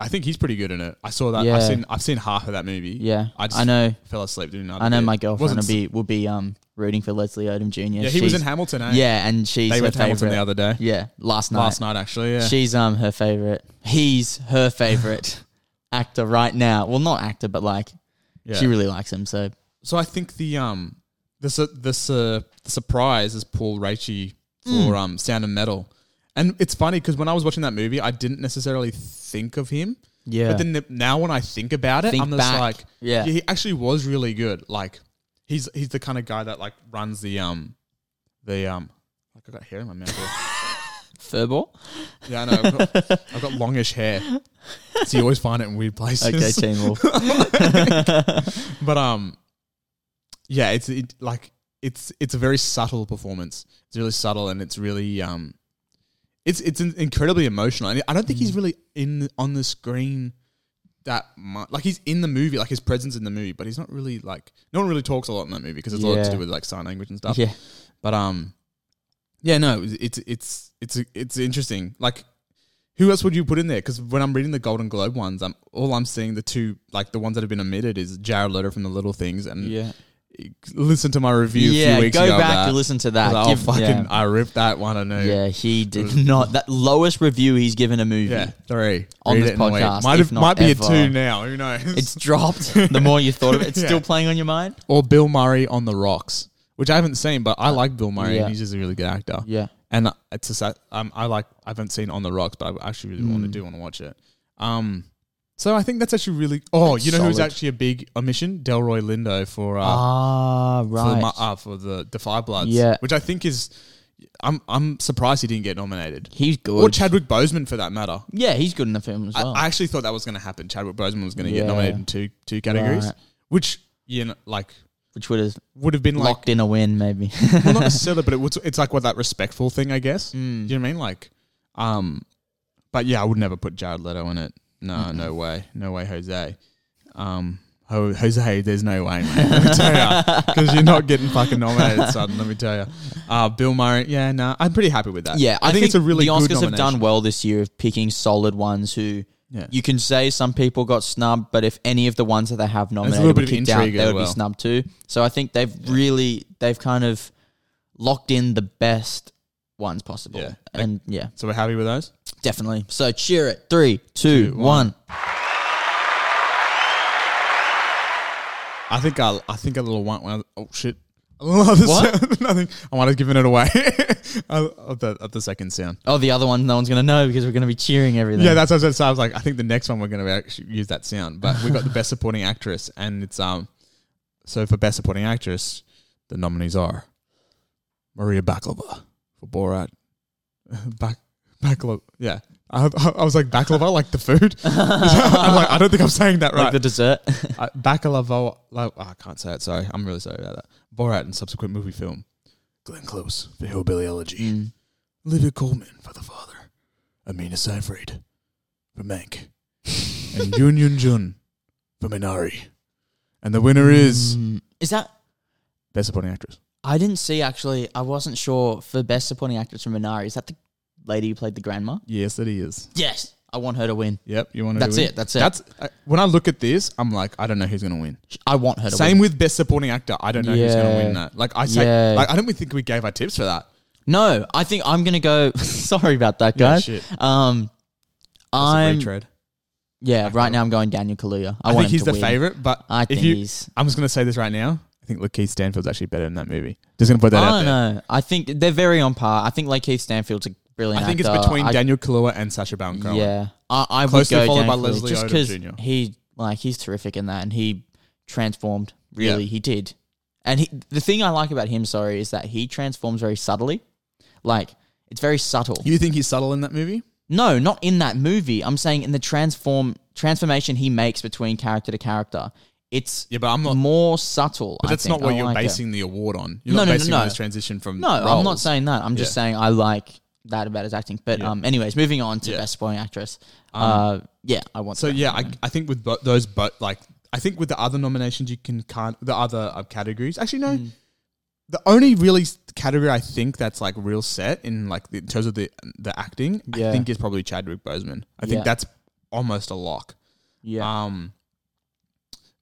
I think he's pretty good in it. I saw that. Yeah. I've seen I've seen half of that movie. Yeah. I I, just know. fell asleep doing another I know bit. my girlfriend Wasn't will be will be um rooting for Leslie Odom Jr. Yeah, he was in She's- Hamilton. Eh? Yeah, and she's they her went to Hamilton favorite. the other day. yeah, last night. Last night, actually. Yeah. She's um her favorite. He's her favorite actor right now. Well, not actor, but like Yeah. she really likes him. So so I think the um the su- the, su- the surprise is Paul Raichi for Hmm. um Sound and Metal, and it's funny because when I was watching that movie, I didn't necessarily think of him. yeah, But then the, now when I think about it, Think I'm just back. like, Yeah. he actually was really good. Like, he's he's the kind of guy that like runs the um the um. Like I got hair in my mouth. furball. yeah, I know. I've got, I've got longish hair, so you always find it in weird places. Okay, Teen Wolf. But um, yeah, it's it, like it's it's a very subtle performance. It's really subtle, and it's really um, it's it's in- incredibly emotional. And I don't Mm. think he's really in on the screen that much. Like he's in the movie, like his presence in the movie, but he's not really like no one really talks a lot in that movie because it's a lot to Yeah. do with like sign language and stuff. yeah, But um, yeah, no, it's it's it's it's interesting. Like, who else would you put in there? Because when I'm reading the Golden Globe ones, I'm all I'm seeing the two like the ones that have been omitted is Jared Leto from The Little Things, and yeah, listen to my review a yeah. few weeks Go ago. of back that. to listen to that. I was like, Give- oh, fucking, yeah. I ripped that one. I know. Yeah, he did not. That lowest review he's given a movie. yeah, three On Read this it and wait. podcast, Might if have- not might be ever. a two now. Who knows? It's dropped. The more you thought of it, it's Yeah. still playing on your mind. or Bill Murray on The Rocks, which I haven't seen, but I like Bill Murray. Yeah. and He's just a really good actor. Yeah, and it's a sad, um, I like I haven't seen On the Rocks, but I actually really Mm. want to do want to watch it. Um, so I think that's actually really. Oh, That's you know who's solid. actually a big omission? Delroy Lindo for uh, ah, for, right. the, uh, for the the Five Bloods, Yeah. which I think is. I'm I'm surprised he didn't get nominated, he's good. or Chadwick Boseman for that matter. yeah, he's good in the film as well. I, I actually thought that was going to happen. Chadwick Boseman was going to Yeah. get nominated in two two categories, Right. which you know, like which would have would have been like locked in a win, maybe. well, not necessarily, but it was, it's like what that respectful thing, I guess. Hmm. Do you know what I mean? Like, um, but yeah, I would never put Jared Leto in it. No, no way, no way, Jose. Um, Ho- Jose, there's no way, man. Let me tell you, because you're not getting fucking nominated, son. Let me tell you. Uh, Bill Murray, yeah, no, I'm pretty happy with that. Yeah, I, think, it's a really the good Oscars nomination. have done well this year of picking solid ones who Yeah. you can say some people got snubbed, but if any of the ones that they have a nominated little were bit of kicked out, intrigue they as would well. be snubbed too. So I think they've really they've kind of locked in the best ones possible. Yeah. And yeah, so we're happy with those. definitely. So cheer it. Three, two, one. Two, uh, I think I, I think a little one. one- Oh shit! love the What? sound. Nothing. I might have given it away. I love the, of the second sound. Oh, the other one, no one's gonna know because we're gonna be cheering everything. Yeah, that's what I said. So I was like, I think the next one we're going to actually use that sound. But we got the best supporting actress, and it's um. So for best supporting actress, the nominees are Maria Baklava for Borat. Bak Baklava, yeah. I, I, I was like baklava, like the food. I'm like, I don't think I'm saying that right. like the dessert. uh, Bakalava, like, oh, I can't say it. Sorry, I'm really sorry about that. Borat and subsequent movie film. Glenn Close for Hillbilly Elegy. Mm. Olivia Coleman for The Father. Amina Seyfried for Mank. and Yoon Yoon Jun for Minari. And the winner is Mm. Is that? Best Supporting Actress. I didn't see actually. I wasn't sure for best supporting actress from Minari. Is that the lady who played the grandma? Yes, it is. Yes, I want her to win. Yep, you want to. That's it. That's it. That's uh, when I look at this, I'm like, I don't know who's going to win. I want her to Same win. with Best Supporting Actor. I don't know who's going to Yeah. win that. Like I say, Yeah. like, I don't think we gave our tips for that. No, I think I'm gonna go. Sorry about that, Yeah, guys. shit. Um, That's a I'm retread. yeah. Right now, I'm going Daniel Kaluuya. I, I, want him think he's to the win. favorite, but I if think you, he's. I'm just gonna say this right now. I think Lakeith Stanfield's actually better in that movie. Just gonna put that I out don't there. know. I think they're very on par. I think Lakeith Stanfield's a brilliant. I think it's actor. between I- Daniel Kaluuya and Sacha Baron Cohen. Yeah, I, I would Closely go followed by Daniel Kaluuya Leslie just Odom because Jr.. he like he's terrific in that, and he transformed. Yeah. Really, he did. And he, the thing I like about him, sorry, is that he transforms very subtly. Like it's very subtle. You think he's subtle in that movie? No, not in that movie. I'm saying in the transform transformation he makes between character to character. It's Yeah, but I'm not. more subtle. But I that's think. not what I you're like it. basing the award on. You're No, not no, no, basing no. on this transition from. No, I'm not roles. saying that. I'm just Yeah. saying I like that about his acting. But Yeah. um, anyways, moving on to Yeah. Um, best supporting actress. uh, yeah, I want. So that. yeah, I, I think with bo- those, but like I think with the other nominations, you can can't the other uh, categories. Actually, no. Mm. The only really s- category I think that's like real set in like the, in terms of the the acting, I Yeah. think is probably Chadwick Boseman. I think Yeah. that's almost a lock. yeah, Um,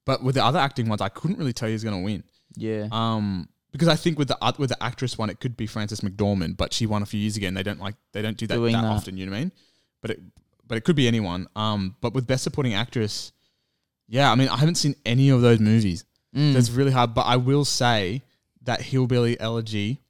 but with the other acting ones, I couldn't really tell who's going to win. yeah. Um, because I think with the oth- with the actress one, it could be Frances McDormand, but she won a few years ago, and they don't like they don't do that, Doing that, that. often. You know what I mean? But it but it could be anyone. Um, but with best supporting actress, yeah, I mean I haven't seen any of those movies. Mm. That's really hard. But I will say that Hillbilly Elegy,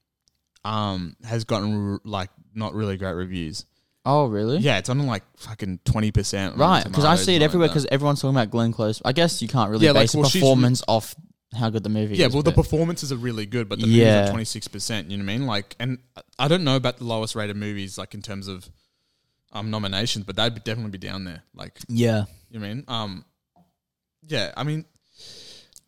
um, has gotten r- like not really great reviews. oh really? Yeah, it's on like fucking twenty percent. Right, because I see it everywhere. Because everyone's talking about Glenn Close. I guess you can't really Yeah, like, base well, a she's- performance off how good the movie Yeah, is. well, the but- performances are really good, but the movies Yeah. are twenty six percent. You know what I mean? Like, and I don't know about the lowest rated movies, like in terms of um nominations, but they'd definitely be down there. Like, yeah, you know what I mean? Um, yeah, I mean,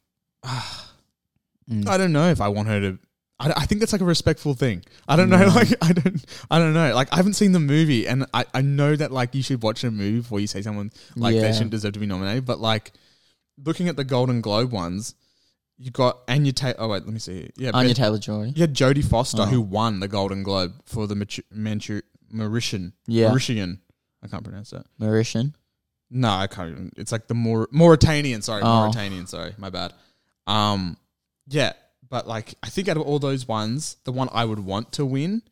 Mm. I don't know if I want her to. I, I think that's like a respectful thing. I don't know. Like, I don't. I don't know. Like, I haven't seen the movie, and I I know that like you should watch a movie before you say someone like they Yeah. shouldn't deserve to be nominated. But like, looking at the Golden Globe ones. You got Anya Taylor. Oh wait, let me see. Yeah, Anya Oh. Best- Taylor Joy. you had Jodie Foster who won the Golden Globe for the Machu- Manchu- Mauritian. Yeah. Mauritian. I can't pronounce that. Mauritian. No, I can't. Even, it's like the Maur- Mauritanian. Sorry, Oh. Mauritanian. Sorry, my bad. Um, yeah, but like I think out of all those ones, the one I would want to win,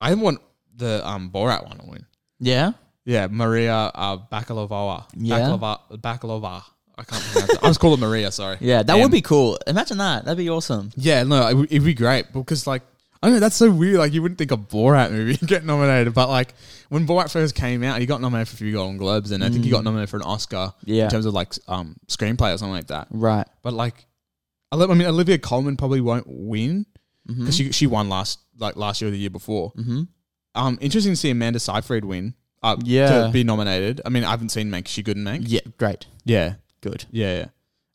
I want the um Borat one to win. Yeah. Yeah, Maria uh, Bakalova. Yeah. Bakalova. Bakalova. I can't pronounce it. I was called it Maria. Sorry. Yeah, that And- would be cool. Imagine that. That'd be awesome. Yeah, no, it w- it'd be great because like I don't know that's so weird. Like you wouldn't think a Borat movie would get nominated, but like when Borat first came out, he got nominated for a few Golden Globes, and I think he got nominated for an Oscar Mm. Yeah. in terms of like s- um screenplay or something like that. Right. But like, I li- I mean, Olivia Colman probably won't win because she she won last like last year or the year before. Mm-hmm. Um, interesting to see Amanda Seyfried win. Uh, Yeah. to be nominated. I mean, I haven't seen Mank. Is She good in Mank. Yeah. Great. Yeah, Good. yeah, yeah.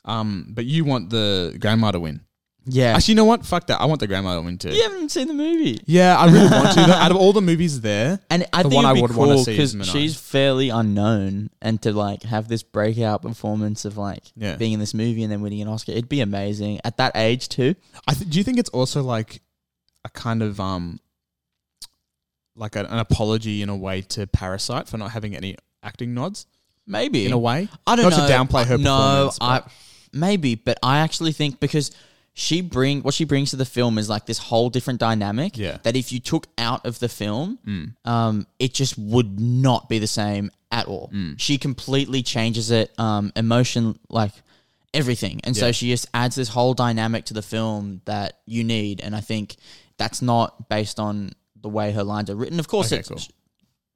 Um, but you want the grandma to win. Yeah. Actually, you know what? Fuck that. I want the grandma to win too. you haven't seen the movie, Yeah, I really want to. Though. Out of all the movies there, and I The think one it'd I be would wanna cool see is because Minaj. she's fairly unknown, and to like have this breakout performance of like Yeah. being in this movie and then winning an Oscar, it'd be amazing at that age too. I th- do you think it's also like a kind of um, like a, an apology in a way to Parasite for not having any acting nods Maybe in a way? I don't not know. to downplay her. No, performance, I but- maybe, but I actually think because she bring what she brings to the film is like this whole different dynamic. Yeah. Mm. That if you took out of the film, um, it just would Mm. not be the same at all. She completely changes it. Um, emotion like everything. And so Yeah. she just adds this whole dynamic to the film that you need. And I think that's not based on the way her lines are written. Of course, Okay, it cool.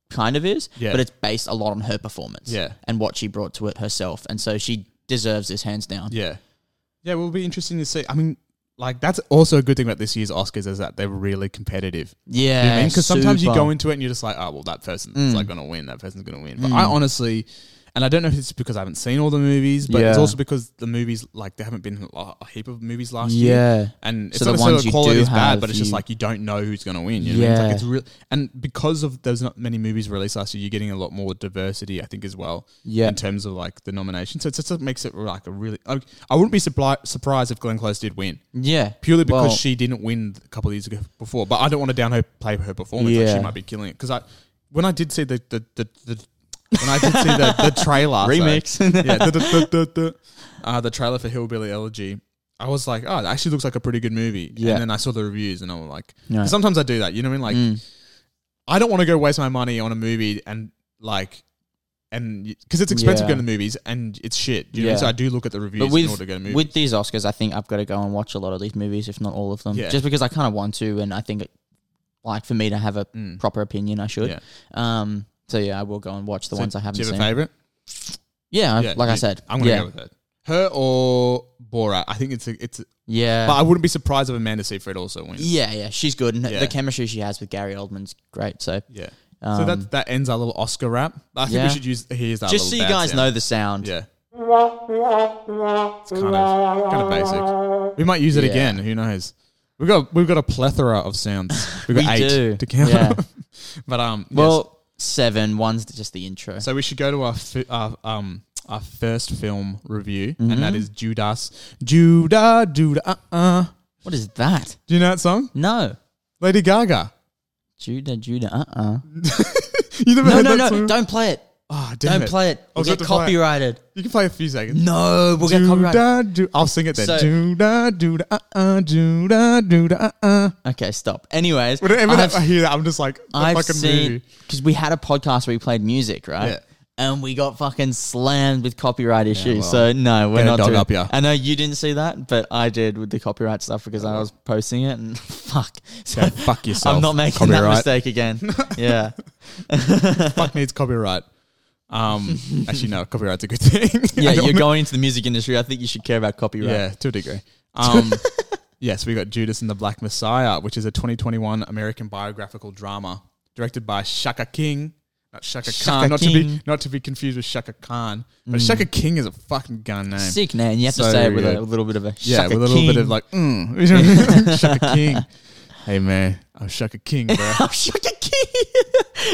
kind of is, Yeah. but it's based a lot on her performance Yeah. and what she brought to it herself. And so she deserves this hands down. Yeah. Yeah, well, it'll be interesting to see. I mean, like, that's also a good thing about this year's Oscars is that they're really competitive. Yeah. You know what I mean? Because sometimes you super. Mm. go into it and you're just like, oh, well, that person's like going to win. That person's going to win. But I honestly, and I don't know if it's because I haven't seen all the movies, but it's Yeah. also because the movies, like, there haven't been a a heap of movies last year. Yeah. And it's So the not necessarily ones you quality do is bad, have, but it's just you- like you don't know who's going to win. You know what I mean? Yeah. It's like it's real, and because of there's not many movies released last year, you're getting a lot more diversity, I think, as well. Yeah. In terms of like the nomination, so it just makes it like a really. I, I wouldn't be surpri- surprised if Glenn Close did win Yeah. purely because Well- she didn't win a couple of years ago before. But I don't want to down her play her performance. Like Yeah. she might be killing it because I when I did see the the the. the when I did see the, the trailer so- Remix. yeah, the, the, the, the, uh, the trailer for Hillbilly Elegy, I was like, oh, it actually looks like a pretty good movie. Yeah. Mm. And then I saw the reviews, and I was like, No. 'cause sometimes I do that. You know what I mean? Like, I don't want to go waste my money on a movie and like. And because it's expensive Yeah. going to movies and it's shit, you know? Yeah. so I do look at the reviews But in order to go to with, movies. with these Oscars, I think I've got to go and watch a lot of these movies, if not all of them, Yeah. just because I kind of want to, and I think, like, for me to have a Mm. proper opinion, I should. Yeah. Um. So yeah, I will go and watch the So ones I haven't do you seen. have a favorite? yeah, I- Yeah, like I you- said, I'm gonna yeah, go with her. Her or Borat? I think it's a, it's. A, yeah, But I wouldn't be surprised if Amanda Seyfried also wins. yeah, yeah. She's good, and Yeah. the chemistry she has with Gary Oldman's great. So, Yeah. um, so that that ends our little Oscar wrap. I think Yeah. we should use here's that. just so you guys know the sound. Yeah. It's kind of kind of basic. We might use it Yeah. again. Who knows? We've got we've got a plethora of sounds. We've got We eight do. to count. Yeah. but um, yes. Well, seven. One's just the intro. So we should go to our fi- our um our first film review, and Mm-hmm. that is Judas. Judah, Judah. Uh, uh. what is that? Do you know that song? No, Lady Gaga. Judah, Judah. Uh, uh You never No, heard no, that no. song? Don't play it. Ah, damn Don't play it. I We'll was get about to play it. copyrighted. You can play a few seconds. No, we'll get copyrighted. da, do, I'll sing it then. So- do da do da uh uh do da do da uh uh. Okay, stop. Anyways, Whenever I've, that, I hear that, I'm just like the I've fucking seen movie. because we had a podcast where we played music, right? Yeah. And we got fucking slammed with copyright issues. well, so no, we're get a not dog doing. up ya. I know you didn't see that, but I did with the copyright stuff because Oh. I was posting it and fuck. So Yeah, fuck yourself. I'm not making that Copyright. mistake again. yeah. Fuck needs copyright. Um, actually, no, copyright's a good thing. I Yeah, don't you're know. going into the music industry. I think you should care about copyright. Yeah, to a degree. Um, yes, we got Judas and the Black Messiah, which is a 2021 American biographical drama directed by Shaka King. Not Shaka, Shaka Khan, not to be King. Mm. not to be confused with Shaka Khan. But Shaka King is a fucking gun name. Sick name. You have So to say it with good. a, little bit of a Yeah, shaka with a little bit king. of like, mm, you know what I mean? Shaka King. Hey man, I'm Shaka King, bro. I'm Shaka King.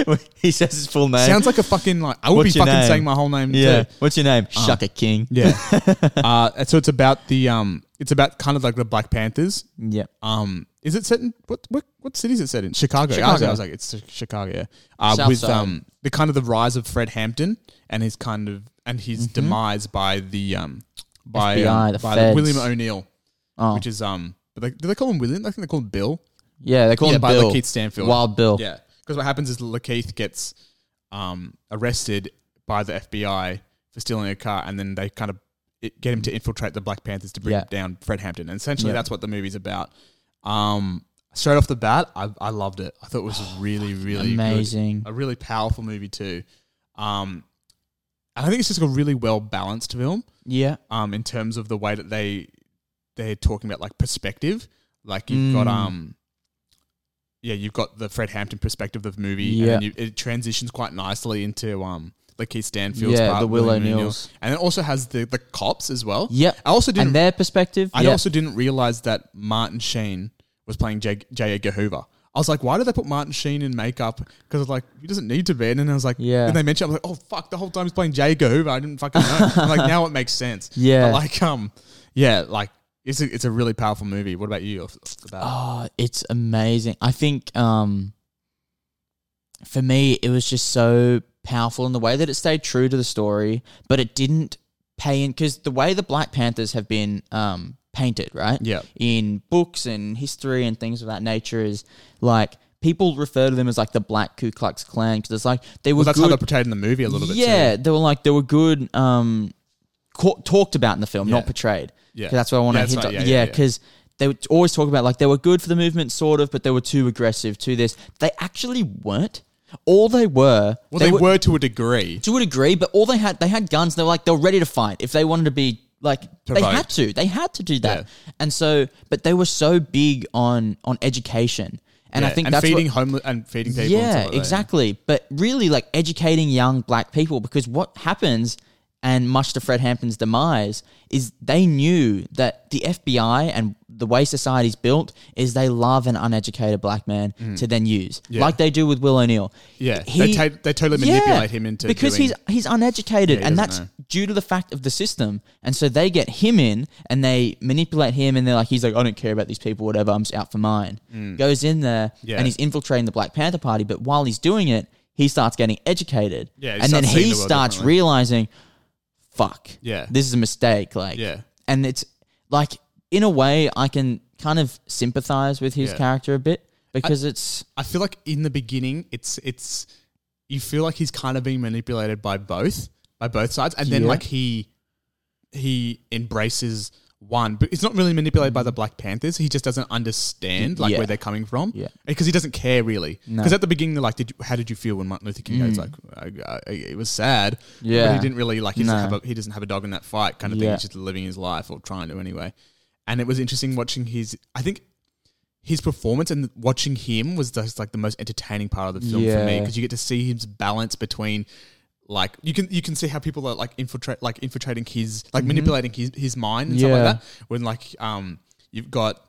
he says his full name. Sounds like a fucking like I would What's be your fucking name? saying my whole name. yeah. too. What's your name? Shaka King. yeah. uh, and so it's about the um, it's about kind of like the Black Panthers. Yeah. Um, is it set in what what what city is it set in? Chicago. I, was, Chicago. I was like, it's Chi- Chicago. Yeah. Uh, South with side. um, the kind of the rise of Fred Hampton and his kind of and his demise by the um by FBI, um, the by feds. William O'Neill, Oh. which is um, but they, do they call him William? I think they call him Bill. Yeah, they call Yeah, him by Bill. Lakeith Stanfield. Wild Bill. Yeah, because what happens is Lakeith gets um, arrested by the FBI for stealing a car, and then they kind of it- get him to infiltrate the Black Panthers to bring Yeah. down Fred Hampton. And essentially, Yeah. that's what the movie's about. Um, straight off the bat, I, I loved it. I thought it was really, really good. Amazing. a really powerful movie too. Um, and I think it's just a really well balanced film Yeah. um, in terms of the way that they they're talking about like perspective. Like you've got Mm. um, yeah, you've got the Fred Hampton perspective of the movie, and Yeah. then you, it transitions quite nicely into um, like Keith Stanfield's Yeah, part, the Will William O'Neills. and it also has the the cops as well. Yeah. I also didn't And their perspective. I yeah. also didn't realize that Martin Sheen was playing J, J. Edgar Hoover. I was like, why did they put Martin Sheen in makeup? Because like he doesn't need to be. And then I was like, Yeah. Then they mentioned, I was like, oh fuck, the whole time he's playing J. Edgar Hoover. I didn't fucking know. I'm like now it makes sense. Yeah. But like um, yeah, like it's a, it's a really powerful movie. What about you? Off- off the bat? Oh, it's amazing. I think um, for me, it was just so powerful in the way that it stayed true to the story, but it didn't pay in because the way the Black Panthers have been um, painted, right? Yeah. In books and history and things of that nature is like people refer to them as like the Black Ku Klux Klan because it's like they were well, that's good how they portrayed in the movie a little bit. yeah, they were like they were good um co- talked about in the film, Yeah. not portrayed. Yeah. 'Cause that's what I want Yeah, to that's hint right. on. Yeah, Yeah, yeah, yeah. because they would always talk about like they were good for the movement, sort of, but they were too aggressive, too this. They actually weren't. All they were, Well, they, were, to a degree. to a degree, but all they had they had guns. They were like they were ready to fight if they wanted to be like they Provoked. had to. They had to do that. Yeah. And so, but they were so big on on education, and I Yeah, think and that's what- feeding homeless and feeding people. and stuff yeah, like that, exactly. But really, like educating young black people because what happens, and much to Fred Hampton's demise, is they knew that the FBI and the way society's built is they love an uneducated black man to then use, like they do with Will O'Neill. Mm. Yeah, they ta- they totally manipulate him into because doing- he's he's uneducated, he and doesn't that's know. due to the fact of the system. And so they get him in and they manipulate him and they're like, he's like, I don't care about these people, whatever, I'm just out for mine. Goes in there Mm. Yeah. and he's infiltrating the Black Panther Party, but while he's doing it, he starts getting educated. Yeah, he and then starts seeing he the world starts differently. realizing, fuck, Yeah. this is a mistake. Like, Yeah. and it's like, in a way, I can kind of sympathize with his Yeah. character a bit because it's, I feel like in the beginning, it's it's you feel like he's kind of being manipulated by both by both sides, and then Yeah. like he he embraces one, but it's not really manipulated by the Black Panthers. He just doesn't understand like Yeah. where they're coming from, Yeah. because he doesn't care really. No. Hmm. Because at the beginning, they're like, did you, how did you feel when Martin Luther King died? It's like I, I, it was sad, but Yeah. he didn't really like he doesn't No. have a, he doesn't have a dog in that fight kind of thing. Yeah. He's just living his life or trying to anyway. And it was interesting watching his. I think his performance and watching him was just like the most entertaining part of the film for me Yeah. because you get to see his balance between like you can you can see how people are like infiltrate like infiltrating his like manipulating his his mind and stuff Mm-hmm. Yeah. like that when like um you've got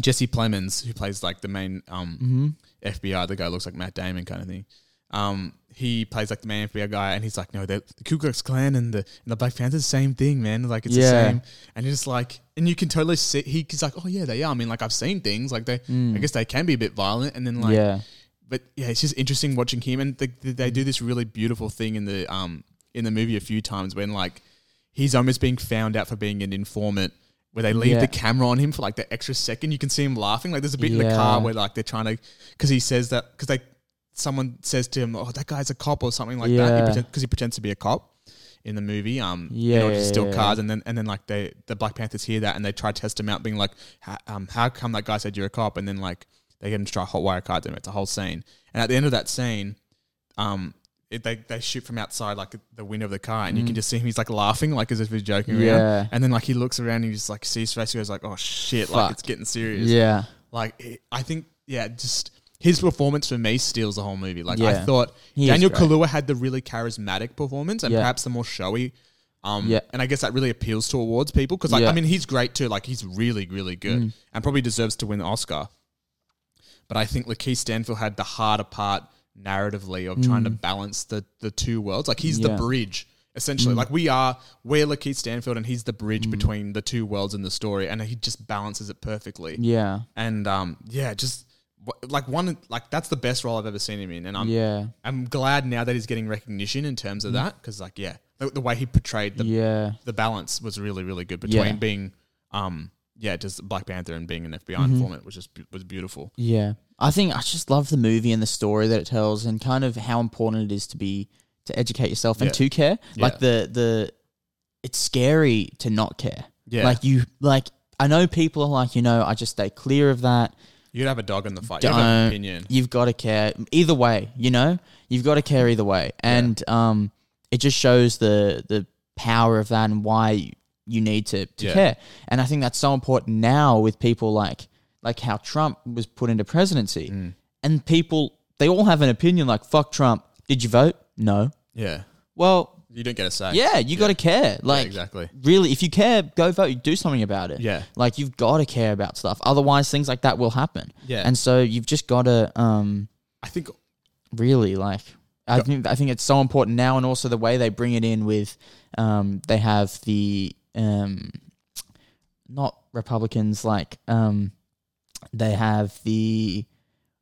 Jesse Plemons who plays like the main um FBI the guy looks like Matt Damon kind of thing um he plays like the main FBI guy and he's like no they're- the Ku Klux Klan and the and the Black Panthers same thing man like it's the Yeah. same and you're just like, and you can totally see he, he's like, oh yeah, they are. I mean, like I've seen things like they, I guess they can be a bit violent, and then like, Mm. yeah. but yeah, it's just interesting watching him, and they, they do this really beautiful thing in the um in the movie a few times when like he's almost being found out for being an informant. Where they leave Yeah. the camera on him for like the extra second, you can see him laughing. Like there's a bit in the Yeah. car where like they're trying to, because he says that because they someone says to him, "Oh, that guy's a cop" or something like that. Yeah. Because he, pretend- 'cause he pretends to be a cop in the movie. Um, in Yeah, order to yeah, steal yeah. cars, and then and then like they the Black Panthers hear that and they try to test him out, being like, "H- um, "How come that guy said you're a cop?" And then like they get him to try hot wire card them. It's a whole scene, and at the end of that scene, um. It, they, they shoot from outside like the window of the car and you can just see him he's like laughing like as if he's joking Mm. Yeah. around and then like he looks around and he just like sees face he goes like oh shit like Fuck. it's getting serious Yeah. like it- I think, yeah, just his performance for me steals the whole movie. Like I Yeah. thought He is Daniel great. Kaluuya had the really charismatic performance and Yeah. perhaps the more showy. Um, Yeah. and I guess that really appeals to awards people because, like, Yeah. Mm. I mean, he's great too. Like, he's really, really good and probably deserves to win the Oscar. But I think Lakeith Stanfield had the harder part narratively of trying to balance the the two worlds. Like, he's the Mm. Yeah. Mm. bridge essentially. Like, we are we're Lakeith Stanfield, and he's the bridge between the two worlds in the story, and he just balances it perfectly Yeah. and um, yeah, just wh- like one, like that's the best role I've ever seen him in, and I'm Yeah. Mm. I'm glad now that he's getting recognition in terms of that because like yeah, the, the way he portrayed the Yeah. the balance was really really good between Yeah. being um yeah just Black Panther and being an FBI Mm-hmm. informant was just bu- was beautiful. Yeah. I think I just love the movie and the story that it tells and kind of how important it is to be to educate yourself and Yeah. to care. Yeah. Like the the it's scary to not care. Yeah. Like you like I know people are like, you know, I just stay clear of that. You'd have a dog in the fight. You'd have an Don't- opinion. You've got to care either way, you know? You've got to care either way. And um it just shows the the power of that and why you need to, to Yeah. care. And I think that's so important now with people like like how Trump was put into presidency. Mm. And people they all have an opinion like fuck Trump. Did you vote? No. Yeah, Well, you don't get a say. yeah, you got to care. Like exactly. Really, if you care, go vote. You do something about it. Yeah. Like you've got to care about stuff. Otherwise, things like that will happen. Yeah. And so you've just got to um, I think really like I think I think it's so important now, and also the way they bring it in with um, they have the um, not Republicans like um, they have the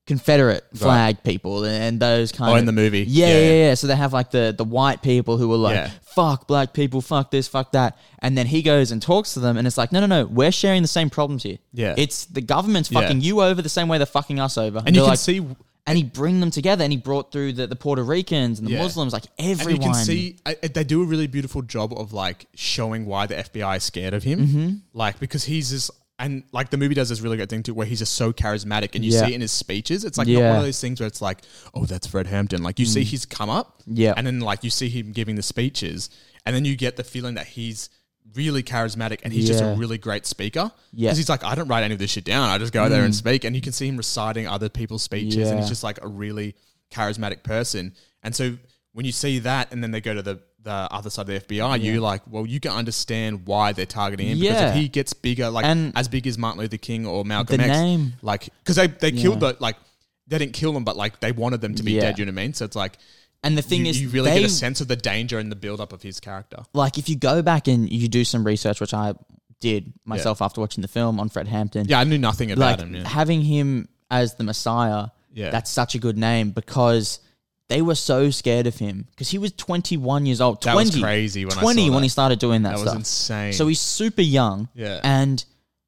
Confederate flag people and those kind oh of in the movie yeah, yeah, yeah, So they have like the the white people who are like, Yeah. "Fuck black people, fuck this, fuck that," and then he goes and talks to them, and it's like, "No, no, no, we're sharing the same problems here. Yeah. it's the government's Yeah. fucking you over the same way they're fucking us over." and They're you can like, see. and he bring them together, and he brought through the, the Puerto Ricans and the Yeah. Muslims, like And everyone. you can see I, I- they do a really beautiful job of like showing why the FBI is scared of him. Mm-hmm. Like because he's this and like the movie does this really good thing too, where he's just so charismatic, and you Yeah. see it in his speeches. It's like not Yeah. Mm. one of those things where it's like, oh, that's Fred Hampton. Like you see his come up, Yeah. and then like you see him giving the speeches, and then you get the feeling that he's really charismatic and he's just Yeah. a really great speaker. Yeah. Mm. because he's like, I don't write any of this shit down. I just go there and speak, and you can see him reciting other people's speeches, and Yeah. he's just just like a really charismatic person. And so when you see that and then they go to the, the other side of the FBI, you're like, well, you can understand why they're targeting him. Because Yeah. if he gets bigger, like And- as big as Martin Luther King or Malcolm X, name. like, because they, they killed the, like, they didn't kill them, but like they wanted them to be Yeah. dead, you know what I mean? So it's like, and the thing you, is, you really they get a sense of the danger and the build up of his character. like if you go back and you do some research, which I did myself after watching the film on Fred Hampton. Yeah, I knew nothing about like him. Yeah. having him as the Messiah. Yeah. that's such a good name because they were so scared of him because he was 21 years old. 20, That was crazy when I 20 saw when that. he started doing that, That was stuff. insane. So he's super young. Yeah. and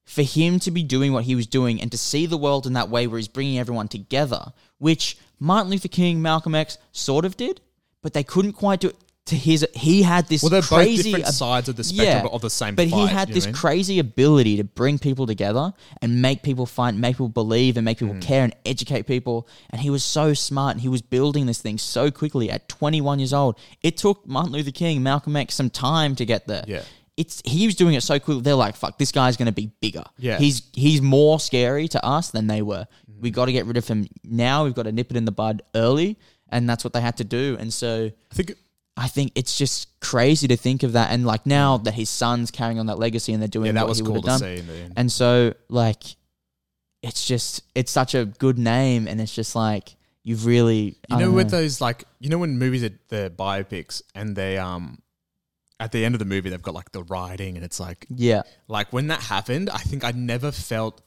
for him to be doing what he was doing and to see the world in that way where he's bringing everyone together, which Martin Luther King, Malcolm X sort of did, but they couldn't quite do it. To his, he had this Well, they're both crazy different ab- sides of the spectrum, but of the same But fight, he had you know this what I mean? crazy ability to bring people together and make people find, make people believe, and make Mm. people care and educate people. And he was so smart, and he was building this thing so quickly at 21 years old. It took Martin Luther King, Malcolm X, some time to get there. Yeah. It's he was doing it so quickly. They're like, "Fuck, this guy's going to be bigger. Yeah. Mm. he's he's more scary to us than they were. We got to get rid of him now. We've got to nip it in the bud early, and that's what they had to do. And so I think I think it's just crazy to think of that. And like now that his son's carrying on that legacy and they're doing Mm. yeah, what that was he cool would to have done. see. In the end. And so like, it's just it's such a good name, and it's just like you've really You know, Oh, with those like you know when movies are the biopics and they um at the end of the movie they've got like the writing and it's like yeah like when that happened, I think I never felt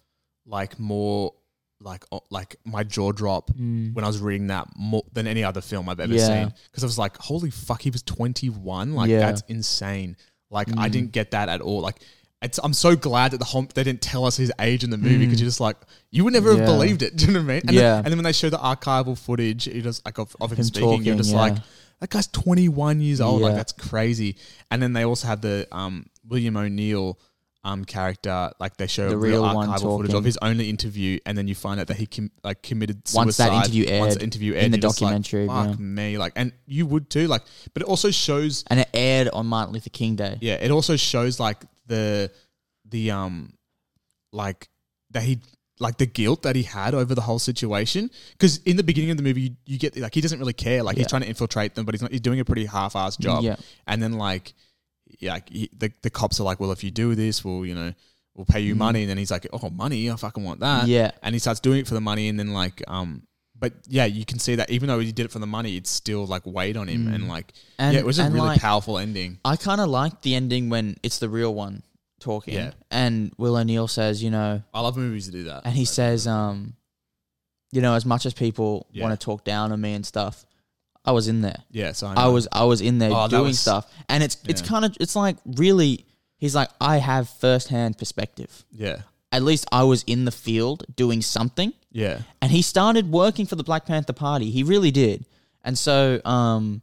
like more like o- like my jaw drop when I was reading that more than any other film I've ever Mm. Yeah. seen because I was like, holy fuck, he was twenty one, like Yeah. Mm. that's insane. Like I didn't get that at all. Like. It's, I'm so glad that the home they didn't tell us his age in the movie because you're just like you would never Mm. Yeah. have believed it. Do you know what I mean? And, Yeah. then, and then when they show the archival footage, it just like of, of him, Him speaking, you're talking, just yeah. like that guy's 21 years old. Yeah. Like that's crazy. And then they also have the um, William O'Neill um, character. Like they show The a real, real one archival footage talking. of his only interview, and then you find out that he com- like committed suicide Once that interview Once aired the interview in aired, the you're just like, documentary, yeah. Fuck me, like, and you would too, like. But it also shows, and it aired on Martin Luther King Day. yeah, it also shows like the the um like that he like the guilt that he had over the whole situation because in the beginning of the movie you, you get like he doesn't really care like Yeah. Mm, he's trying to infiltrate them but he's not he's doing a pretty half-assed job Yeah. and then like yeah like, he, the, the cops are like well if you do this we'll you know we'll pay you money and then he's like oh money i fucking want that Mm. Yeah. and he starts doing it for the money and then like um but yeah you can see that even though he did it for the money it's still like weighed on him and like Mm. And- yeah it was a and, really like- powerful ending I kind of like the ending when it's the real one talking, Yeah. and Will O'Neill says, you know, i love movies that do that and he says, um, you know, as much as people Yeah. want to talk down on me and stuff, I was in there. yeah so I was I was in there Oh, that doing was- stuff, and it's it's yeah. kind of it's like really he's like I have firsthand perspective. yeah At least I was in the field doing something, yeah and he started working for the Black Panther Party. He really did, and so um,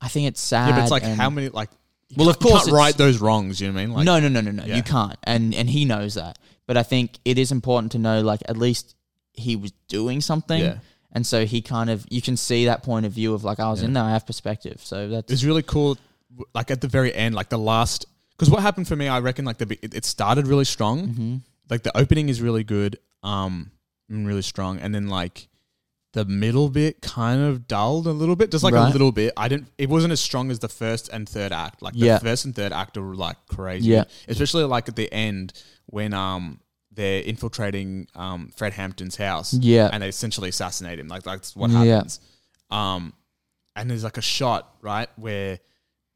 I think it's sad. Yeah, but it's like and- how many like you Well, of can't- you course can't it's- right those wrongs. You know what I mean? Like, no, no, no, no, no. Yeah. You can't, and and he knows that. But I think it is important to know, like at least he was doing something, Yeah. and so he kind of you can see that point of view of like I was in there, I have perspective. So that's it's really cool. w- Like at the very end, like the last, because what happened for me, I reckon, like the be- it it started really strong. Mm-hmm. Like the opening is really good, um, and really strong, and then like the middle bit kind of dulled a little bit, just like Right. a little bit. I didn't. It wasn't as strong as the first and third act. Like the Yeah. first and third act are like crazy. Yeah. especially like at the end when um. They're infiltrating um, Fred Hampton's house, Yeah. and they essentially assassinate him. Like that's what Yeah. happens. Um, and there's like a shot right where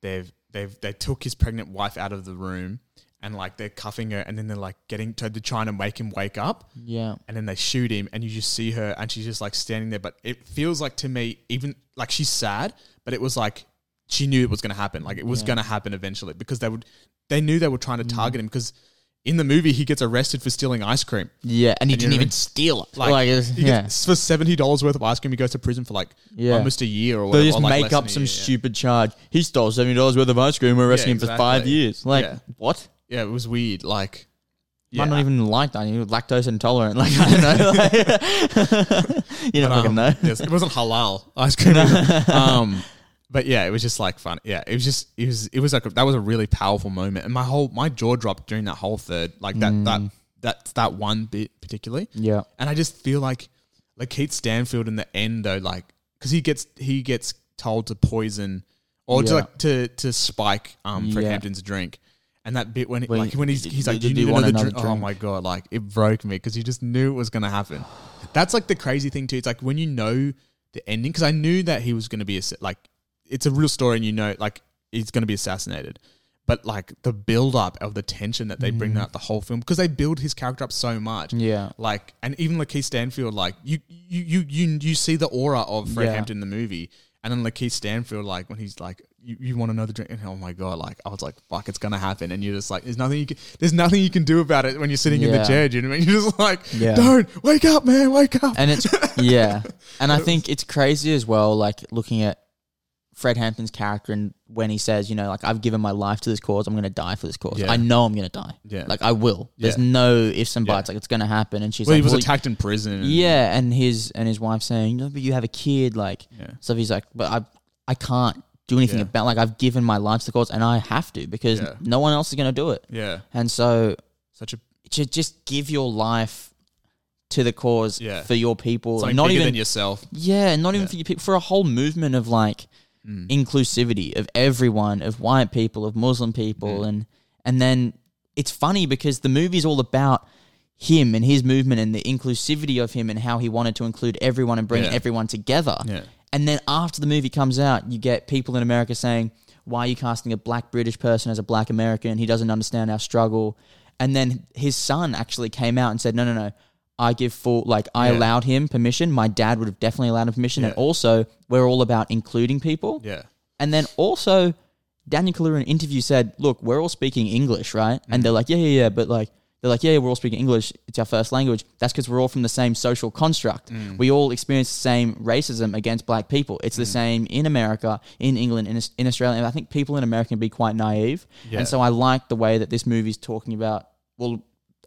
they've they've they took his pregnant wife out of the room and like they're cuffing her and then they're like getting to they're trying to make him wake up yeah, and then they shoot him and you just see her and she's just like standing there but it feels like to me even like she's sad but it was like she knew it was going to happen like it was going to happen eventually because they would they knew they were trying to target him because in the movie he gets arrested for stealing ice cream. Yeah, and he And you didn't know- even steal it. Like, Like, it's- He yeah. gets, for seventy dollars worth of ice cream, he goes to prison for like Yeah. almost a year or whatever. They just or, like, make less up than a some year, yeah. stupid charge. He stole seventy dollars worth of ice cream. We're arresting him for five exactly. years. Like Yeah. what? Yeah, it was weird. Like, Yeah. Might yeah, not even like that. He was lactose intolerant. Like I don't know. Like, you don't um, fucking know. yes, it wasn't halal ice cream. either. um, but yeah, it was just like fun. Yeah, it was just it was it was like a, that was a really powerful moment, and my whole my jaw dropped during that whole third. Like that that that's that one bit particularly. Mm. Yeah. And I just feel like like Keith Stanfield in the end though, like because he gets he gets told to poison or Yeah. to like to to spike um Yeah. Frankhampton's drink. And that bit when it, When like when he's he's like you you do need want another, another drink. Oh drink. my god! Like it broke me because you just knew it was gonna happen. That's like the crazy thing too. It's like when you know the ending because I knew that he was gonna be ass- like it's a real story and you know like he's gonna be assassinated. But like the build up of the tension that they bring out the whole film because they build his character up so much Yeah. like and even Lakeith Stanfield, like you you you you, you see the aura of Fred Yeah. Hampton in the movie, and then Lakeith Stanfield, like when he's like, you, you want another drink, and oh my god, like I was like, fuck, it's gonna happen, and you're just like, there's nothing you can, there's nothing you can do about it when you're sitting in Yeah. the chair, do you know what I mean? You're just like, Yeah. don't wake up, man, wake up. And it's yeah. And I think it's crazy as well, like looking at Fred Hampton's character and when he says, you know, like I've given my life to this cause, I'm gonna die for this cause. Yeah. I know I'm gonna die. Yeah. Like I will. There's Yeah. no ifs and Yeah. buts, like it's gonna happen. And she's well, like, he was "Well, attacked in prison. and- Yeah, and his and his wife saying, "No, but you have a kid." Like, Yeah. so he's like, "But I, I can't do anything Yeah. about. Like, I've given my life to the cause, and I have to because Yeah. no one else is going to do it." yeah, And so, such a to just give your life to the cause Yeah. for your people, something not bigger even than yourself. yeah, not even Yeah. Mm. for your people, for a whole movement of like inclusivity of everyone, of white people, of Muslim people, and and then it's funny because the movie's all about him and his movement and the inclusivity of him and how he wanted to include everyone and bring Yeah. everyone together. Yeah. And then after the movie comes out, you get people in America saying, "Why are you casting a black British person as a black American? He doesn't understand our struggle." And then his son actually came out and said, "No, no, no. I give full like I Yeah. allowed him permission. My dad would have definitely allowed him permission. And Yeah. also, we're all about including people. Yeah, And then also, Daniel Kaluuya in an interview said, "Look, we're all speaking English, right?" And Mm. they're like, "Yeah, yeah, yeah," but like. They're like, yeah, yeah, we're all speaking English. It's our first language. That's because we're all from the same social construct. Mm. We all experience the same racism against black people. It's the Mm. same in America, in England, in, Aus- in Australia. And I think people in America can be quite naive. Yeah. And so I like the way that this movie's talking about, well,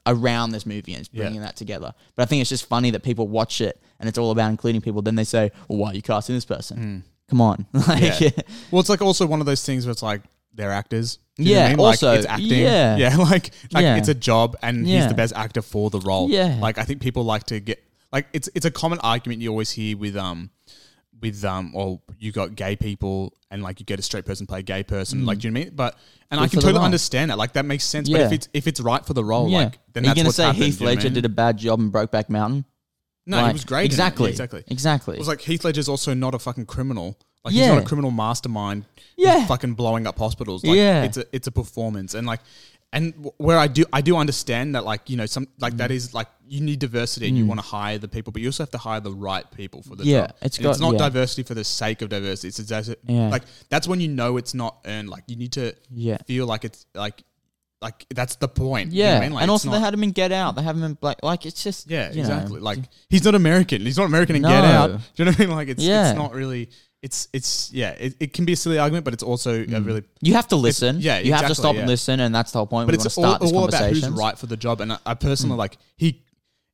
around this movie and it's Yeah. bringing that together. But I think it's just funny that people watch it and it's all about including people. Then they say, well, why are you casting this person? Come on. like, Mm. Yeah. Well, it's like also one of those things where it's like they're actors. Do you know Yeah, what I mean? like also, it's acting. yeah. yeah, like like Yeah. it's a job, and Yeah. he's the best actor for the role. Yeah. like I think people like to get like it's it's a common argument you always hear with um with um well you got gay people and like you get a straight person play a gay person like do you know what I mean? But and Mm. I Good for can the totally role. understand that like that makes sense. But Yeah. if it's if it's right for the role, Yeah. like then Are you going that's to what's say happened, Heath do you know what I Ledger mean? did a bad job in Brokeback Mountain? No, Like, he was great. in it. Yeah, Exactly. exactly. Exactly. It was like Heath Ledger's also not a fucking criminal. Like Yeah. he's not a criminal mastermind. who's Yeah. fucking blowing up hospitals. Like, Yeah. it's a it's a performance, and like, and wh- where I do I do understand that like you know some like Mm. that is like you need diversity and you want to hire the people, but you also have to hire the right people for the Yeah, job. it's And it's got- not yeah. diversity for the sake of diversity. It's a des- Yeah. like that's when you know it's not earned. Like you need to Yeah. feel like it's like like that's the point. You know yeah. what I mean? Like, and it's also, not- they had him in Get Out. They have him in Black. Like, it's just. yeah, you know. exactly. Like he's not American. He's not American and get No. out. Do you know what I mean? Like it's Yeah. it's not really it's it's yeah, it, it can be a silly argument, but it's also Mm. a really You have to listen. yeah, You have to exactly, stop yeah. and listen, and that's the whole point. but we want to it's all, start this Hmm. all about who's conversation. right for the job. And I, I personally like he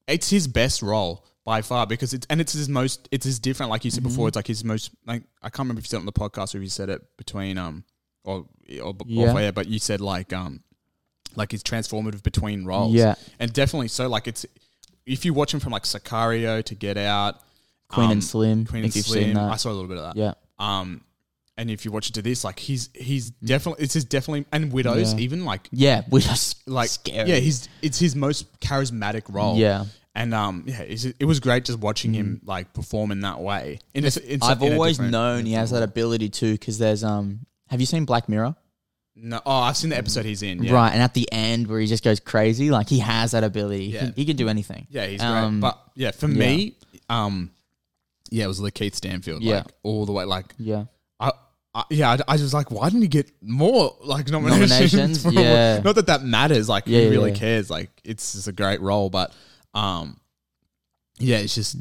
it's his best role by far because it's and it's his most it's his different like you said Mm-hmm. before, it's like his most like I can't remember if you said it on the podcast or if you said it between um or or, Yeah. or yeah, but you said like um like he's transformative between roles. Yeah. And definitely so like it's if you watch him from like Sicario to Get Out Queen um, and Slim. Queen I think and you've Slim. seen I that. saw a little bit of that. Yeah. Um, and if you watch it to this, like he's he's definitely it's his definitely and widows Mm. Yeah. even like Yeah. We're just like like, scary. yeah oh, he's it's his most charismatic role Yeah. Mm-hmm. and um yeah it's, it was great just watching him like perform in that way. And it's, it's I've in a always different- known he has that ability too, because there's. um. Have you seen Black Mirror? No, oh, I've seen the episode he's in. Yeah. Right. And at the end where he just goes crazy, like, he has that ability. He- Yeah. He, can do anything. Yeah, he's Um, great. But yeah, for me, um, yeah, it was Lakeith Stanfield. Yeah. Like all the way. Like Yeah. I I yeah, I, I was like, why didn't he get more like nominations? Nominations, for- yeah. Not that that matters. Like, Yeah, who yeah, really yeah. cares? Like, it's just a great role, but um, yeah, it's just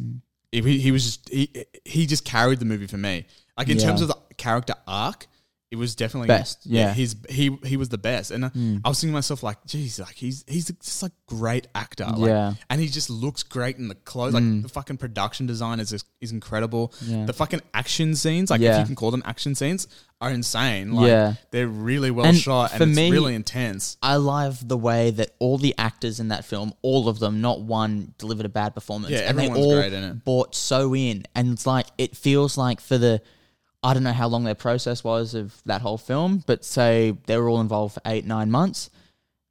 if he, he was just he he just carried the movie for me. Like in Yeah. terms of the character arc, it was definitely Best, yeah. Hmm. his he he was the best, and I was thinking to myself like, geez, like he's he's just like great actor, like, Yeah. and he just looks great in the clothes. Like the fucking production design is is incredible. Mm. Yeah. The fucking action scenes, like if Yeah. you can call them action scenes, are insane. Like Yeah. they're really well And shot and for it's me- really intense. I love the way that all the actors in that film, all of them, not one delivered a bad performance. Yeah, and they everyone's all great in it. bought so in, and it's like it feels like for the, I don't know how long their process was of that whole film, but say they were all involved for eight nine months.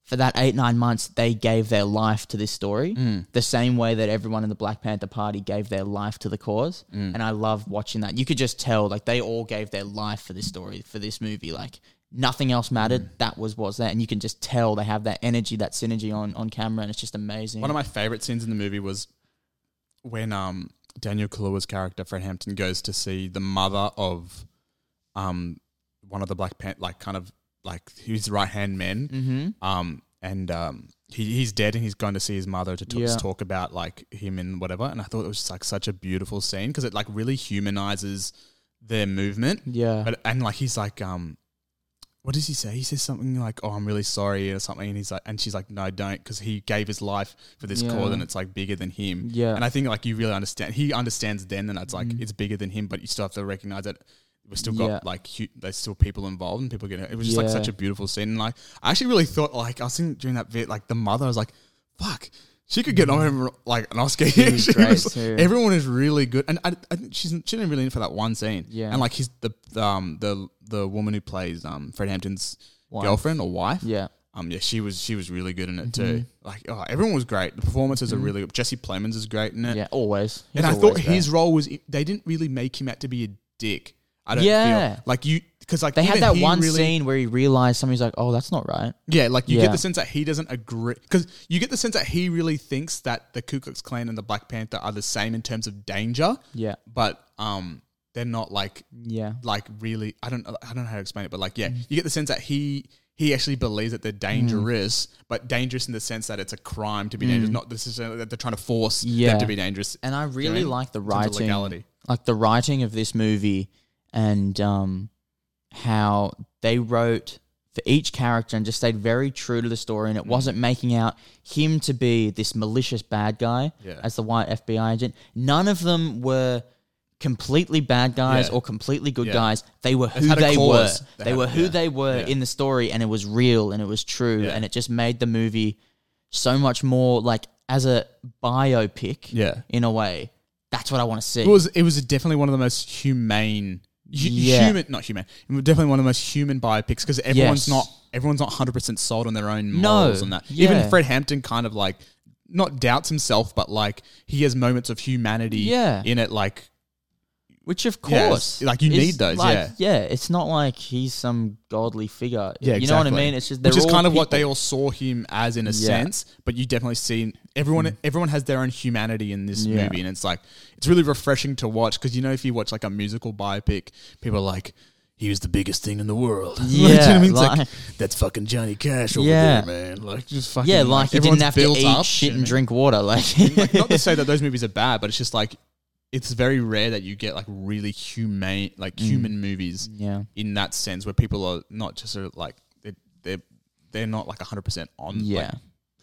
For that eight nine months, they gave their life to this story, Mm. the same way that everyone in the Black Panther Party gave their life to the cause. Mm. And I love watching that. You could just tell, like they all gave their life for this story, for this movie. Like nothing else mattered. Mm. That was was there, and you can just tell they have that energy, that synergy on on camera, and it's just amazing. One of my favorite scenes in the movie was when um Daniel Kaluuya's character Fred Hampton goes to see the mother of um one of the Black Panther, like kind of like his right hand men. mm-hmm. Um and um he, he's dead and he's gone to see his mother to t- Yeah. talk about like him and whatever. And I thought it was just like such a beautiful scene because it like really humanizes their movement. Yeah. But, and like he's like, um, what does he say? He says something like, "Oh, I'm really sorry" or something. And he's like, and she's like, "No, don't," because he gave his life for this Yeah. cause, and it's like bigger than him. Yeah. Mm. And I think like you really understand. He understands then, and it's like it's bigger than him, but you still have to recognize that we still got Yeah. like hu- there's still people involved, and people get it. was just like Yeah. such a beautiful scene. And like I actually really thought like I was thinking during that bit, like the mother, I was like, "Fuck." She could get on like an Oscar. She Mm. was was- great too. everyone is really good, and I, I, she's she didn't really in for that one scene. Yeah. and like he's the um the the woman who plays um Fred Hampton's Wife. girlfriend or wife. yeah. Um, yeah, she was she was really good in it too. Mm-hmm. Like, oh, everyone was great. The performances are really good. Jesse Plemons is great in it. Yeah, always. He's and I always thought there. his role was they didn't really make him out to be a dick. I don't Yeah. feel like you because like They had even that he one really- scene where he realized somebody's like, "Oh, that's not right." Yeah, like you Yeah. get the sense that he doesn't agree because you get the sense that he really thinks that the Ku Klux Klan and the Black Panther are the same in terms of danger. Yeah, but um they're not like yeah, like really I don't I don't know how to explain it but like yeah Mm. you get the sense that he he actually believes that they're Mm. dangerous but dangerous in the sense that it's a crime to be dangerous not necessarily that they're trying to force Yeah. them to be dangerous and I you know what I really mean? like the In terms of writing, legality. like the writing of this movie, and um, how they wrote for each character and just stayed very true to the story, Mm. and it wasn't making out him to be this malicious bad guy Yeah. as the white FBI agent. None of them were completely bad guys Yeah. or completely good Yeah. guys. They were who had a they were. cause. They They, had- were who yeah. they were Yeah. in the story, and it was real and it was true, Yeah. and it just made the movie so much more like as a biopic Yeah. in a way. That's what I want to see. it was it was definitely one of the most humane hu- Yeah. human not human it was definitely one of the most human biopics because Yes. everyone's not everyone's not 100% sold on their own No, morals and that even yeah. Fred Hampton kind of like not doubts himself but like he has moments of humanity Yeah. in it like Which of Yeah, course, it's- like, you is, need those, like, yeah. yeah. It's not like he's some godly figure. Yeah, you know what I exactly. mean. It's just they're which is all kind of what people. they all saw him as in a Yeah. Mm. sense. But you definitely see everyone. Everyone has their own humanity in this Yeah. movie, and it's like it's really refreshing to watch because you know if you watch like a musical biopic, people are like. He was the biggest thing in the world. Like, you know what I Yeah, mean? It's like, like- that's fucking Johnny Cash over Yeah. there, man. Like, just fucking. Yeah, like he everyone's didn't have to built eat up, shit you know? and drink water. Like, like, not to say that those movies are bad, but it's just like it's very rare that you get like really humane, like Mm. human movies yeah, in that sense where people are not just sort of like they they're they're not like hundred percent on like, yeah,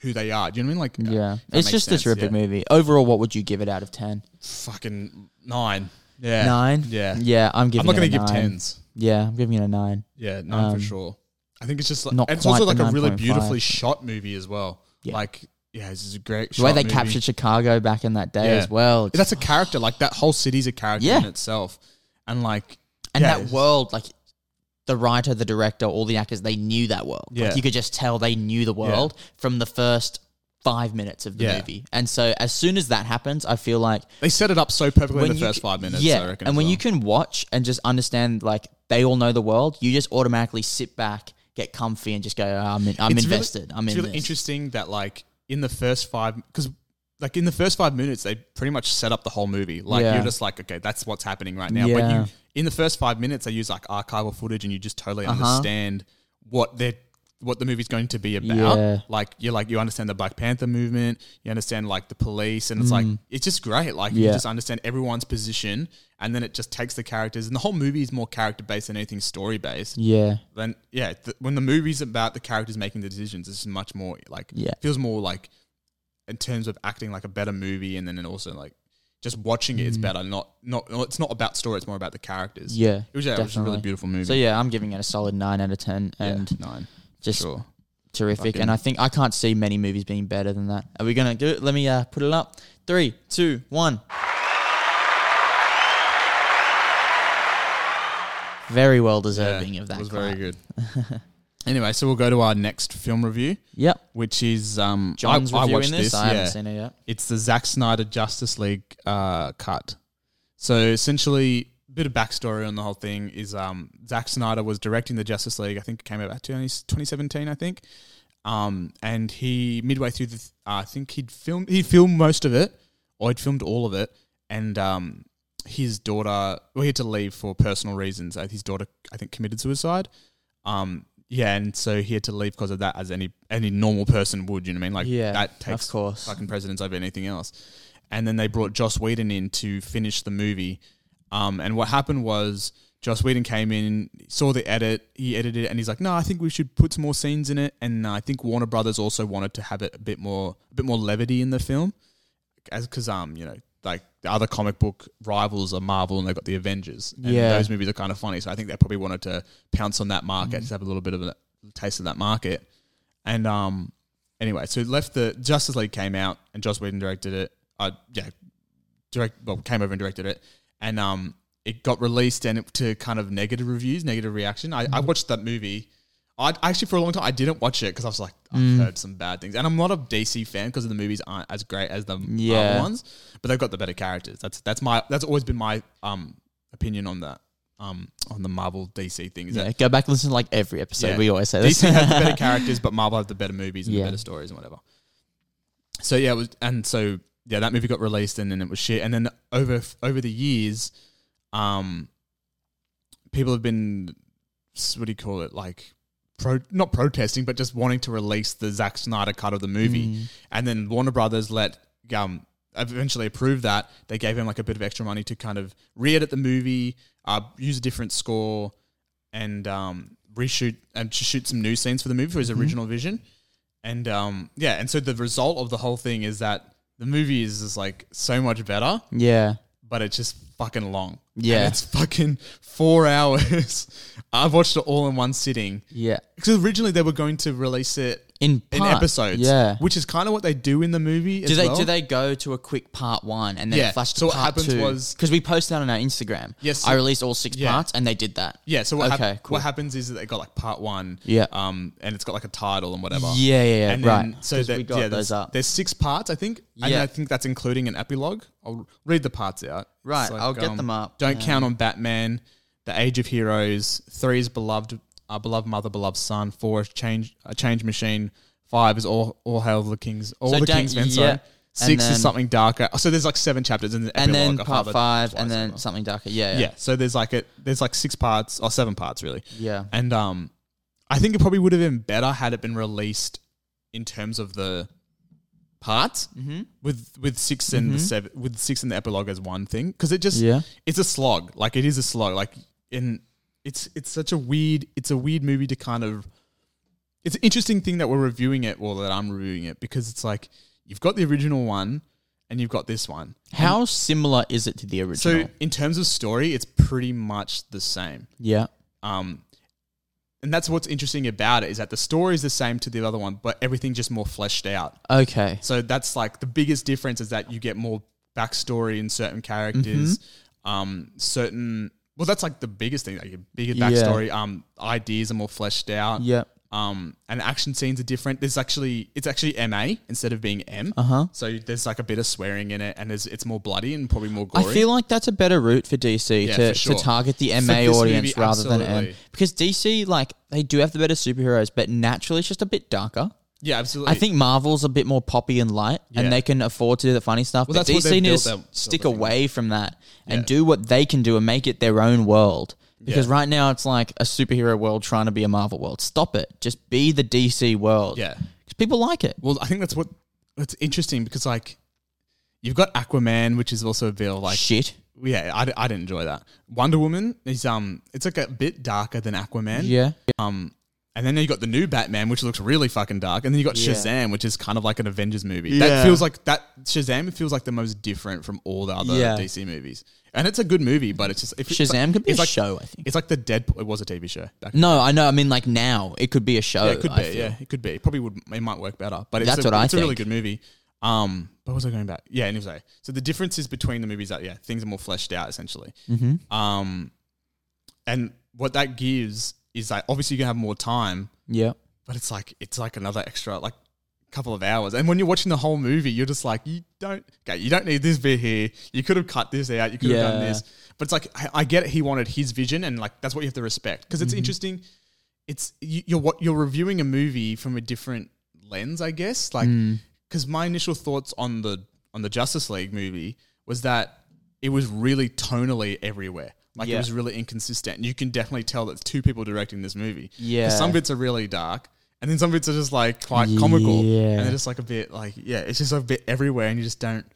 who they are. Do you know what I mean? Like yeah. that It's makes just sense, a terrific yeah. movie. Overall, what would you give it out of ten? fucking nine. Yeah. Nine. Yeah. yeah. I'm I'm giving. not gonna it a give nine. tens. Yeah, I'm giving it a nine. Yeah, nine for Um, sure. I think it's just like not it's quite also the like a really 9.5. beautifully shot movie as well. Yeah. Like yeah, this is a great The way shot they movie. captured Chicago back in that day Yeah. as well. it's- that's a character, like that whole city's a character in Yeah. itself. And like and yeah, that it's- world, like the writer, the director, all the actors, they knew that world. Yeah. Like you could just tell they knew the world from the first five minutes of the Yeah. movie. And so as soon as that happens, I feel like they set it up so perfectly in the you first c- five minutes, yeah, I reckon. and as when well. you can watch and just understand, like they all know the world, you just automatically sit back, get comfy, and just go, "Oh, "I'm in, I'm It's really- invested. I'm it's in really this." interesting that like in the first five because like in the first five minutes, they pretty much set up the whole movie. Like Yeah. you're just like, okay, that's what's happening right now. But Yeah. you in the first five minutes, they use like archival footage, and you just totally Uh-huh. understand what they're what the movie's going to be about. Yeah. Like you're like you understand the Black Panther movement, you understand like the police, and it's like it's just great. Like you Mm. Yeah. just understand everyone's position, and then it just takes the characters, and the whole movie is more character based than anything story based Yeah. then yeah, th- when the movie's about the characters making the decisions, it's much more like Yeah. feels more like in terms of acting like a better movie, and then and also like just watching it, it's better. Not not no, it's not about story; it's more about the characters. Mm. Yeah. it was yeah, it was a really definitely. beautiful movie. So yeah, I'm giving it a solid nine out of ten, Yeah, and nine, just sure. terrific. Fucking- And I think I can't see many movies being better than that. Are we gonna do it? Let me uh, put it up. Three, two, one. Very well deserving Yeah, of that. It was clap. very good. anyway, so we'll go to our next film review, Yep. which is um, I- John's I, reviewing watched this. I yeah. haven't seen it yet. it's the Zack Snyder Justice League uh, cut. So essentially, bit of backstory on the whole thing is um, Zack Snyder was directing the Justice League. I think it came out about 20, 2017, I think. Um, and he midway through the, uh, I think he'd filmed he filmed most of it, or he'd filmed all of it, and um, his daughter well he had to leave for personal reasons. Uh, His daughter, I think, committed suicide. Um, yeah, and so he had to leave because of that, as any any normal person would. You know what I mean? Like Yeah, that takes of course. fucking presidents over anything else. And then they brought Joss Whedon in to finish the movie. Um, and what happened was Joss Whedon came in, saw the edit, he edited it, and he's like, "No, I think we should put some more scenes in it." And uh, I think Warner Brothers also wanted to have it a bit more, a bit more levity in the film, as because um, you know, like the other comic book rivals are Marvel and they've got the Avengers, and Yeah. those movies are kind of funny. So I think they probably wanted to pounce on that market, just have a little bit of a taste of that market. And um, anyway, so it left the Justice League came out and Joss Whedon directed it. Uh, yeah, direct well came over and directed it, and um, it got released and it, to kind of negative reviews, negative reaction. I, I watched that movie. I actually for a long time I didn't watch it because I was like I've heard some bad things, and I'm not a DC fan because the movies aren't as great as the Yeah. Marvel ones, but they've got the better characters. That's that's my that's always been my um opinion on that um on the Marvel DC thing. Is that Yeah, go back and listen to like every episode. Yeah. We always say this. DC have the better characters, but Marvel have the better movies and Yeah. the better stories and whatever. So yeah, it was, and so yeah, that movie got released and then it was shit. And then over over the years, um, people have been s- what do you call it like. Pro, not protesting, but just wanting to release the Zack Snyder cut of the movie, and then Warner Brothers let um eventually approve that. They gave him like a bit of extra money to kind of re-edit the movie, uh, use a different score, and um, reshoot and to shoot some new scenes for the movie for his Mm-hmm. original vision. And um, yeah, and so the result of the whole thing is that the movie is just like so much better, yeah. but it's just fucking long. And Yeah. it's fucking four hours. I've watched it all in one sitting Yeah. because originally they were going to release it In in part, episodes, Yeah. which is kind of what they do in the movie. Do they do they go to a quick part one and then Yeah, it flash to so what part happens two? was- because we posted that on our Instagram. Yes. I released all six Yeah. parts and they did that. Yeah, so what, hap- Okay, cool. what happens is that they got like part one, Yeah. um, and it's got like a title and whatever. Yeah, yeah, yeah, and right. So 'Cause that, we got yeah, those there's, up. there's six parts, I think. And Yeah. I think that's including an epilogue. I'll read the parts out. Right, It's I'll get them up. Don't count on Batman, The Age of Heroes, three is beloved, uh, beloved mother, beloved son. Four is change, a change machine. Five is all, all hail the kings, all So the don't- kings men. yeah. sorry. And Six then- is something darker. So there's like seven chapters in the And epilogue. then I've part highlighted five twice and then over. something darker. Yeah. yeah. So there's like a there's like six parts or seven parts really. Yeah. And um, I think it probably would have been better had it been released in terms of the parts with with 6 and the seven with six and the epilogue as one thing because it just Yeah. it's a slog like it is a slog like in it's it's such a weird it's a weird movie to kind of it's an interesting thing that we're reviewing it or that I'm reviewing it because it's like you've got the original one and you've got this one How similar is it to the original? so in terms of story it's pretty much the same yeah. um, and that's what's interesting about it is that the story is the same to the other one, but everything just more fleshed out. Okay. So that's like the biggest difference is that you get more backstory in certain characters, Mm-hmm. um, certain. Well, that's like the biggest thing. Like your bigger Yeah. backstory, um, ideas are more fleshed out. Yeah. Um, and action scenes are different. There's actually it's actually MA instead of being M. Uh Uh-huh. So there's like a bit of swearing in it, and there's, it's more bloody and probably more I gory. feel like that's a better route for DC Yeah, to, for sure. to target the For MA this audience movie, rather than M. absolutely. Because DC, like, they do have the better superheroes, but naturally it's just a bit darker. Yeah, absolutely. I think Marvel's a bit more poppy and light, Yeah. and they can afford to do the funny stuff. Well, but that's what DC they've needs built to their- stick their thing away from that and Yeah. do what they can do and make it their own world. Because Yeah. right now it's like a superhero world trying to be a Marvel world. Stop it. Just be the DC world. Yeah. because people like it. Well, I think that's what that's interesting because like you've got Aquaman, which is also a Ville. Like, Shit. yeah, I, d- I didn't enjoy that. Wonder Woman is um, it's like a bit darker than Aquaman. Yeah. Um, and then you got the new Batman, which looks really fucking dark, and then you got Yeah. Shazam, which is kind of like an Avengers movie. That Yeah. feels like that Shazam feels like the most different from all the other Yeah. DC movies. And it's a good movie, but it's just if it's Shazam like, could be it's a like, show. I think. It's like the Deadpool. It was a TV show. Back No, I know. I mean, like now it could be a show. yeah, it could I be. feel. Yeah, it could be. It probably would. It might work better. But it's That's a, what I It's a really think. good movie. Um, but what was I going back? Yeah, anyway. So the differences between the movies that yeah, things are more fleshed out essentially. Mm-hmm. Um, and what that gives is like obviously you can have more time, Yeah. but it's like it's like another extra like couple of hours. And when you're watching the whole movie, you're just like you don't okay, you don't need this bit here. You could have cut this out. You could have done Yeah. this. But it's like I, I get it. He wanted his vision, and like that's what you have to respect because Mm-hmm. it's interesting. It's you, you're what you're reviewing a movie from a different lens, I guess. Like Hmm. because my initial thoughts on the on the Justice League movie was that it was really tonally everywhere. Like it Yeah. was really inconsistent. And you can definitely tell that it's two people directing this movie. 'Cause Yeah. Some bits are really dark. And then some bits are just like quite comical. Yeah. And they're just like a bit like, yeah, it's just a bit everywhere and you just don't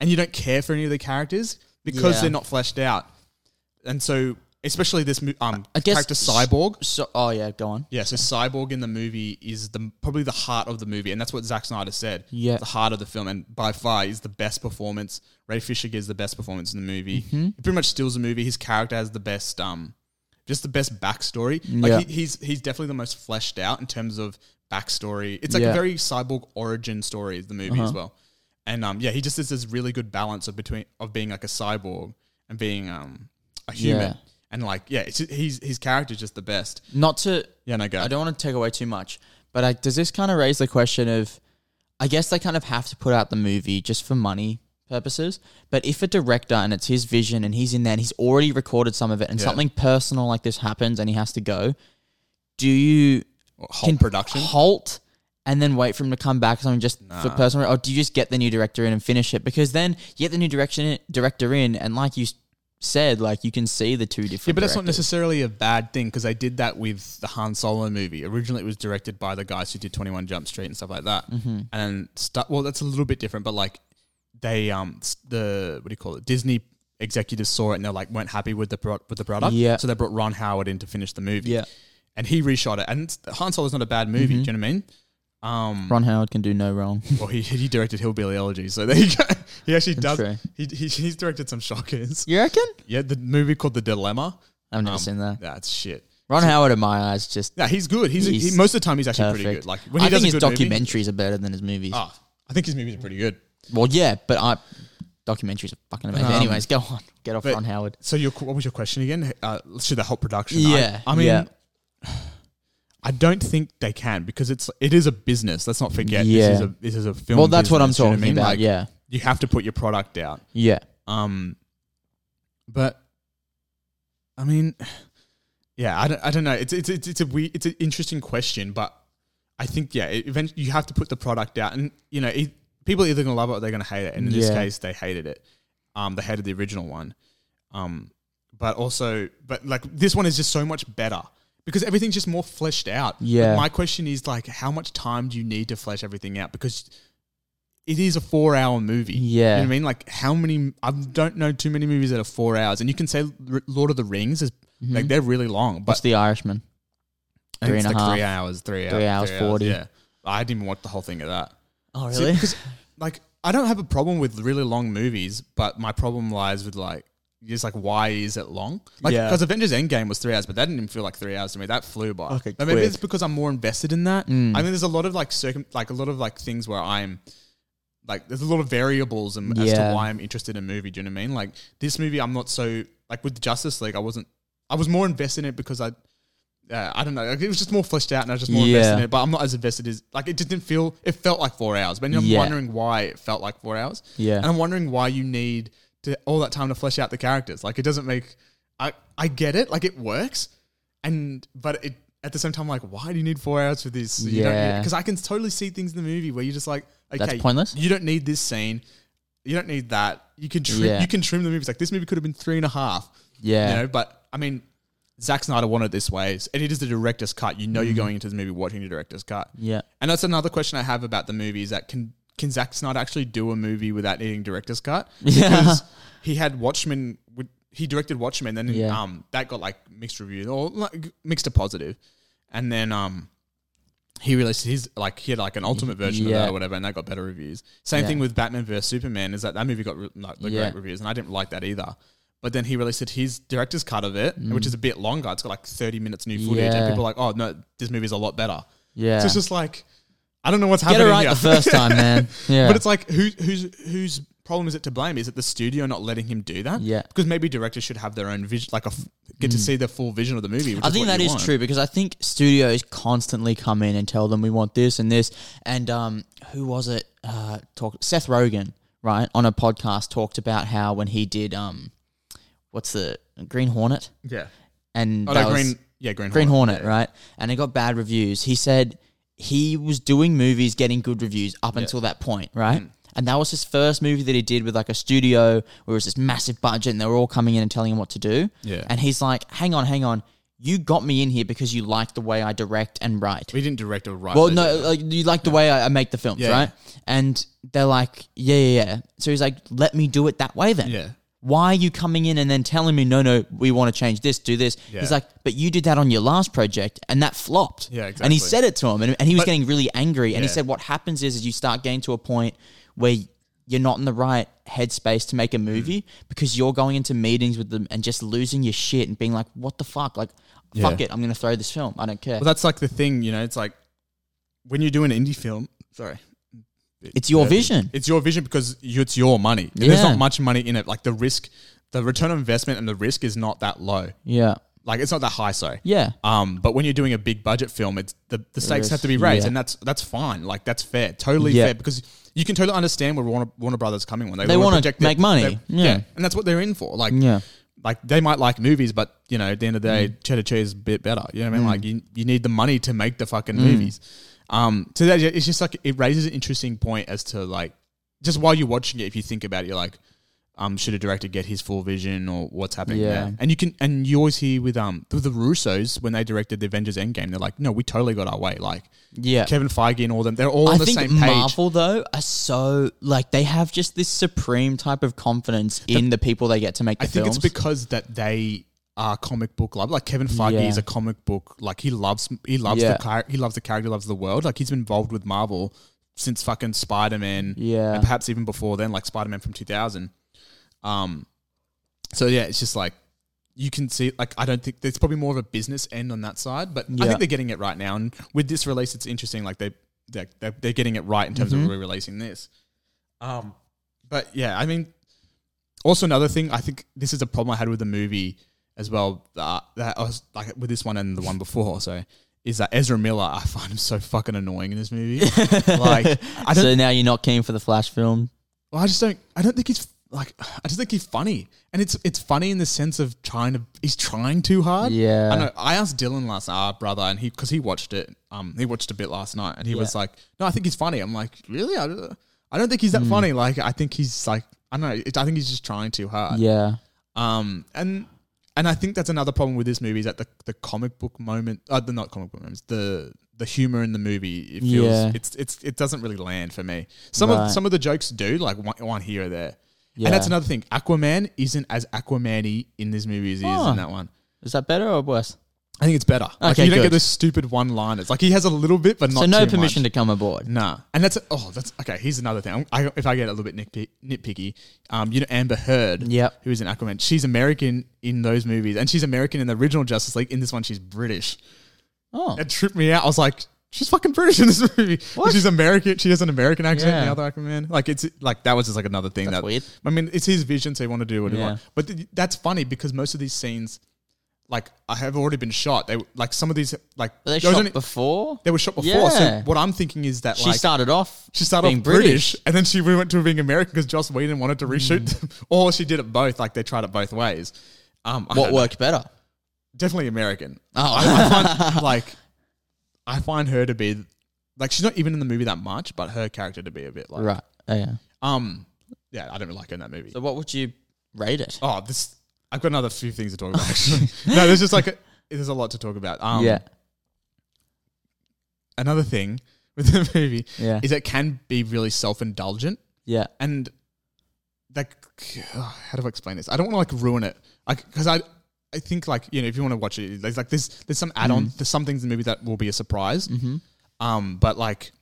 and you don't care for any of the characters because Yeah. they're not fleshed out. And so especially this mo- um I guess- character Cyborg. So. Oh yeah. Go on. Yeah, so Cyborg in the movie is the probably the heart of the movie, and that's what Zack Snyder said. Yeah. the heart of the film, and by far is the best performance. Ray Fisher gives the best performance in the movie. Mm-hmm. He pretty much steals the movie. His character has the best, um, just the best backstory. Like Yeah. he, he's he's definitely the most fleshed out in terms of backstory. It's like a Yeah. Uh-huh. very Cyborg origin story. is The movie as well, and um, yeah, he just has this really good balance of between of being like a cyborg and being um a human. Yeah. And like, yeah, it's, he's his character's just the best. Not to Yeah, no, go. I don't want to take away too much, but I, does this kind of raise the question of, I guess they kind of have to put out the movie just for money purposes. But if a director and it's his vision and he's in there and he's already recorded some of it and Yeah. something personal like this happens and he has to go, do you whole can production. halt and then wait for him to come back or something just for personal or do you just get the new director in and finish it because then you get the new direction director in and like you s- said like you can see the two different Yeah, but that's not directors. necessarily a bad thing because they did that with the Han Solo movie. Originally, it was directed by the guys who did Twenty One Jump Street and stuff like that. Mm-hmm. And stu- well, that's a little bit different, but like they um s- the what do you call it? Disney executives saw it and they are like weren't happy with the pro- with the product. Yeah. so they brought Ron Howard in to finish the movie. Yeah. Mm-hmm. and he reshot it. And it's- Han Solo's not a bad movie. Do you know what I mean? Um, Ron Howard can do no wrong well, he, he directed Hillbilly Elegy, so there you go. He actually does. true. He, he, he's directed some shockers. you reckon Yeah, the movie called The Dilemma. I've never Um, seen that That's shit. Ron Howard, in my eyes, just Yeah, he's good. He's, He's he, most of the time he's actually perfect. pretty good. Like when he I does think his a good movie- documentaries are better than his movies. Ah, I think his movies are pretty good. Well, yeah, but I documentaries are fucking amazing. Um, Anyways, go on, get off but- Ron Howard. So your what was your question again? Uh, should they help production? Yeah, I, I mean, yeah. I don't think they can because it's it is a business. Let's not forget. Yeah. This is a this is a film. Well, that's what I'm business, you know talking I mean? about. Like, yeah, you have to put your product out. yeah, Um, but I mean, yeah, I don't, I don't know. It's it's it's, it's a we it's an interesting question, but I think yeah, it, eventually you have to put the product out, and you know, e people are either gonna love it or they're gonna hate it, and in this Yeah. case, they hated it. Um, they hated the original one. Um, but also, but like this one is just so much better. Because everything's just more fleshed out. But Yeah. my question is like, how much time do you need to flesh everything out? Because it is a four-hour movie. You know Yeah. what I mean? Like how many? I don't know too many movies that are four hours. And you can say R- Lord of the Rings is like they're really long, but Mm-hmm. What's The Irishman? I think Three it's and a like half. three hours, three, Three hours, 40. Yeah, I didn't even watch the whole thing of that. Oh, See, because like I don't have a problem with really long movies, but my problem lies with like just like why is it long? Like Yeah. because Avengers Endgame was three hours, but that didn't even feel like three hours to me. That flew by. Okay, but maybe quick. Mm. it's because I'm more invested in that. I mean, there's a lot of like circum, like a lot of like things where I'm. Like there's a lot of variables and as to Yeah. why I'm interested in a movie. Do you know what I mean? Like this movie, I'm not so like with Justice League. I wasn't. I was more invested in it because I, uh, I don't know. Like, it was just more fleshed out, and I was just more invested in Yeah. it. But I'm not as invested as like it just didn't feel. It felt like four hours, but I'm Yeah. wondering why it felt like four hours. Yeah. and I'm wondering why you need to all that time to flesh out the characters. Like it doesn't make. I I get it. Like it works, and but it at the same time, like, why do you need four hours for this? Yeah. Because I can totally see things in the movie where you're just like, okay, That's pointless. You don't need this scene. You don't need that. You can trim. Yeah. You can trim the movie. It's like this movie could have been three and a half. Yeah. You know, but I mean, Zack Snyder wanted it this way, s- and it is the director's cut. You know, you're going into the movie watching the director's cut. Yeah. And that's another question I have about the movie is that can can Zack Snyder actually do a movie without needing director's cut? Yeah. Because he had Watchmen. with- He directed Watchmen, and then Yeah. um that got like mixed reviews or like mixed to positive, and then um he released his like he had like an ultimate version of Yeah. that or whatever, and that got better reviews. Same Yeah. thing with Batman vs Superman is that that movie got re- like, the Yeah. great reviews, and I didn't like that either. But then he released his director's cut of it, which is a bit longer. It's got like thirty minutes new footage, and Mm. Yeah. people are like, "Oh no, this movie's a lot better." Yeah. So it's just like I don't know what's Get it happening right here. the first time, man. Yeah. But it's like who who's whose problem is it to blame? Is it the studio not letting him do that? Yeah. Mm. Because maybe directors should have their own vision, like a f- get to see the full vision of the movie. Which I is think what that you is want. true because I think studios constantly come in and tell them we want this and this. And um, who was it? Uh, talk Seth Rogen, right, on a podcast talked about how when he did um, what's the Green Hornet Yeah. and Oh, that no, was- green. Yeah, green. Green Hornet, Yeah. right? And it got bad reviews. He said he was doing movies getting good reviews up until that point, right? Mm. And that was his first movie that he did with like a studio where it was this massive budget and they were all coming in and telling him what to do. Yeah. And he's like, hang on, hang on. You got me in here because you like the way I direct and write. We didn't direct or write. Well, that, no, like you like the way I, I make the films, Yeah. right? And they're like, yeah, yeah, yeah. So he's like, let me do it that way then. Yeah. Why are you coming in and then telling me, no, no, we want to change this, do this? Yeah. He's like, but you did that on your last project and that flopped. Yeah, And he exactly. said it to him and, and he was But- getting really angry. And he Yeah. said, what happens is, is you start getting to a point where you're not in the right headspace to Mm-hmm. make a movie because you're going into meetings with them and just losing your shit and being like, what the fuck? Like, fuck Yeah. it. I'm going to throw this film. I don't care. Well, that's like the thing, you know. It's like when you do an indie film. Sorry. it's your vision. It's your vision because you, it's your money. And There's Yeah. not much money in it. Like the risk, the return on investment and the risk is not that low. Yeah. Like it's not that high. Sorry. Yeah. Um, but when you're doing a big budget film, it's the, the stakes is, have to be raised, yeah. and that's that's fine. Like that's fair, totally Yeah. fair, because you can totally understand where Warner, Warner Brothers is coming when they, They wanna wanna project their- make money. their- Yeah. and that's what they're in for. Like, Yeah. like they might like movies, but you know, at the end of the day, Mm. cheddar cheese is a bit better. You know what I mean? Like, you, you need the money to make the fucking Mm. movies. Um, so that it's just like it raises an interesting point as to like just while you're watching it, if you think about it, you're like, um, should a director get his full vision or what's happening Yeah. there? And you can, and you always hear with um with the Russos when they directed the Avengers Endgame, they're like, no, we totally got our way. Like Yeah. Kevin Feige and all them, they're all I on the think same page. Marvel though are so like they have just this supreme type of confidence in the people they get to make the I think films. it's because that they are comic book love. Like Kevin Feige Yeah. is a comic book. Like he loves he loves Yeah. the char- he loves the character, loves the world. Like he's been involved with Marvel since fucking Spider Man. Yeah. and perhaps even before then, like Spider Man from two thousand. Um, so yeah, it's just like you can see. Like I don't think there's probably more of a business end on that side, but I Yeah. think they're getting it right now. And with this release, it's interesting. Like they they're, they're, they're getting it right in terms Mm-hmm. of re-releasing this. Um, but yeah, I mean, also another thing I think this is a problem I had with the movie as well. Uh, that I was like with this one and the one before. So is that Ezra Miller? I find him so fucking annoying in this movie. like I don't, so now you're not keen for the Flash film. well, I just don't. I don't think he's like. I just think he's funny, and it's it's funny in the sense of trying to. He's trying too hard. Yeah. I know. I asked Dylan last night, our brother, and he because he watched it. Um, he watched a bit last night, and he was Yeah. like, "No, I think he's funny." I'm like, "Really? I don't, I don't think he's Hmm. that funny." Like, I think he's like, I don't know. It, I think he's just trying too hard. Yeah. Um, and and I think that's another problem with this movie is that the the comic book moment, uh, the not comic book moments, the the humor in the movie, it feels Yeah. it's it's it doesn't really land for me. Some Right. of some of the jokes do, like one, one here or there. Yeah. And that's another thing. Aquaman isn't as Aquaman-y in this movie as he is Oh. in that one. Is that better or worse? I think it's better. Like Okay, you don't good. get those stupid one-liners. Like he has a little bit, but not so no too permission much. to come aboard. Nah, and that's oh, that's okay. Here's another thing. I, if I get a little bit nitpicky, nitpicky um, you know Amber Heard, Yep. who is an Aquaman. She's American in those movies, and she's American in the original Justice League. In this one, she's British. Oh. It tripped me out. I was like, she's fucking British in this movie. What? She's American. She has an American accent. in Yeah. The other Aquaman, like it's like that was just like another thing That's that weird. I mean, it's his vision, so he wanted to do what he Yeah. wants. But th- that's funny because most of these scenes, like I have already been shot. They like some of these like Were they there was shot only- before? they were shot before. So Yeah. what I'm thinking is that she like, started off. she started being off British, and then she went to being American because Joss Whedon wanted to reshoot them, or she did it both. Like they tried it both ways. Um, I Mm. What don't know. worked better? definitely American. Oh, I, I find, like, I find her to be like she's not even in the movie that much, but her character to be a bit like right. Oh, yeah. um yeah, I don't really like her in that movie. So what would you rate it? oh, this I've got another few things to talk about. Actually, no, there's just like a, there's a lot to talk about. Um, yeah. Another thing with the movie Yeah. is it can be really self indulgent Yeah. and that how do I explain this? I don't want to like ruin it, like because I I think like you know if you want to watch it, there's like there's there's some add on there's some things in the movie that will be a surprise. Mm-hmm. Um, but like,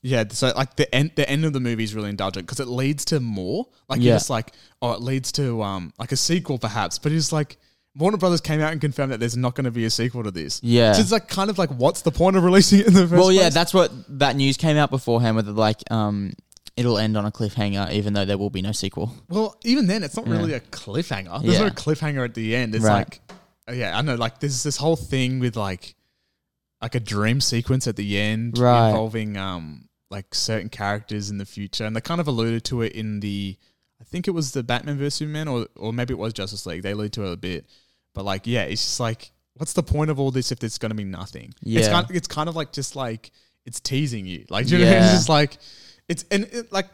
yeah, so like the end, the end of the movie is really indulgent because it leads to more. Like, Yeah. you're just like, oh, it leads to um, like a sequel perhaps. But it's like Warner Brothers came out and confirmed that there's not going to be a sequel to this. Yeah. so it's like kind of like, what's the point of releasing it in the first? Well, yeah, place? that's what that news came out beforehand with like um it'll end on a cliffhanger even though there will be no sequel. well, even then, it's not really a cliffhanger. There's Yeah. no cliffhanger at the end. It's Right. like, uh, yeah, I know. Like, there's this whole thing with like, like a dream sequence at the end Right. involving um like certain characters in the future, and they kind of alluded to it in the, I think it was the Batman vs Superman, or or maybe it was Justice League. They alluded to it a bit, but like, yeah, it's just like, what's the point of all this if there's going to be nothing? it's Yeah. kind it's kind of like just like it's teasing you, like, do you know what I mean? Yeah. It's just like, it's and it, like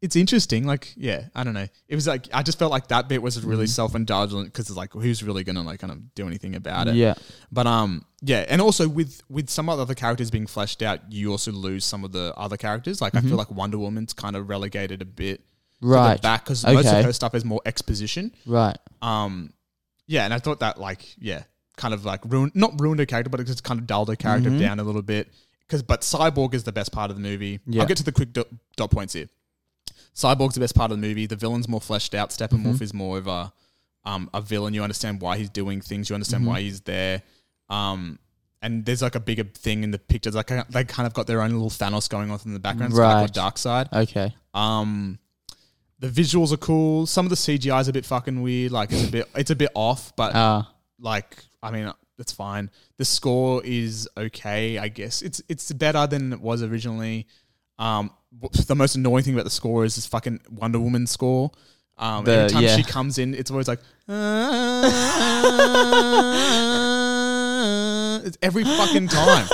it's interesting. Like, yeah, I don't know. It was like I just felt like that bit was Mm-hmm. really self indulgent because it's like who's really gonna like kind of do anything about it. Yeah. But um, yeah, and also with with some of the other characters being fleshed out, you also lose some of the other characters. Like I feel like Wonder Woman's kind of relegated a bit to Mm-hmm. Right. the back because most Okay. of her stuff is more exposition. Right. Um, yeah, and I thought that like yeah, kind of like ruined not ruined her character, but it just kind of dulled her character Mm-hmm. down a little bit. Because but Cyborg is the best part of the movie. Yeah. I'll get to the quick dot, dot points here. Cyborg's the best part of the movie. The villain's more fleshed out. Steppenwolf Mm-hmm. is more of a um, a villain. You understand why he's doing things. You Mm-hmm. understand why he's there. Um, and there's like a bigger thing in the pictures. Like I- they kind of got their own little Thanos going on in the background. It's kind of like Right. dark side. Okay. Um, the visuals are cool. Some of the CGI is a bit fucking weird. Like it's a bit, it's a bit off. But Uh like, I mean, it's fine. The score is okay, I guess. It's it's better than it was originally. Um, wh- the most annoying thing about the score is this fucking Wonder Woman score. Um, The- every time yeah. she comes in, it's always like. It's every fucking time.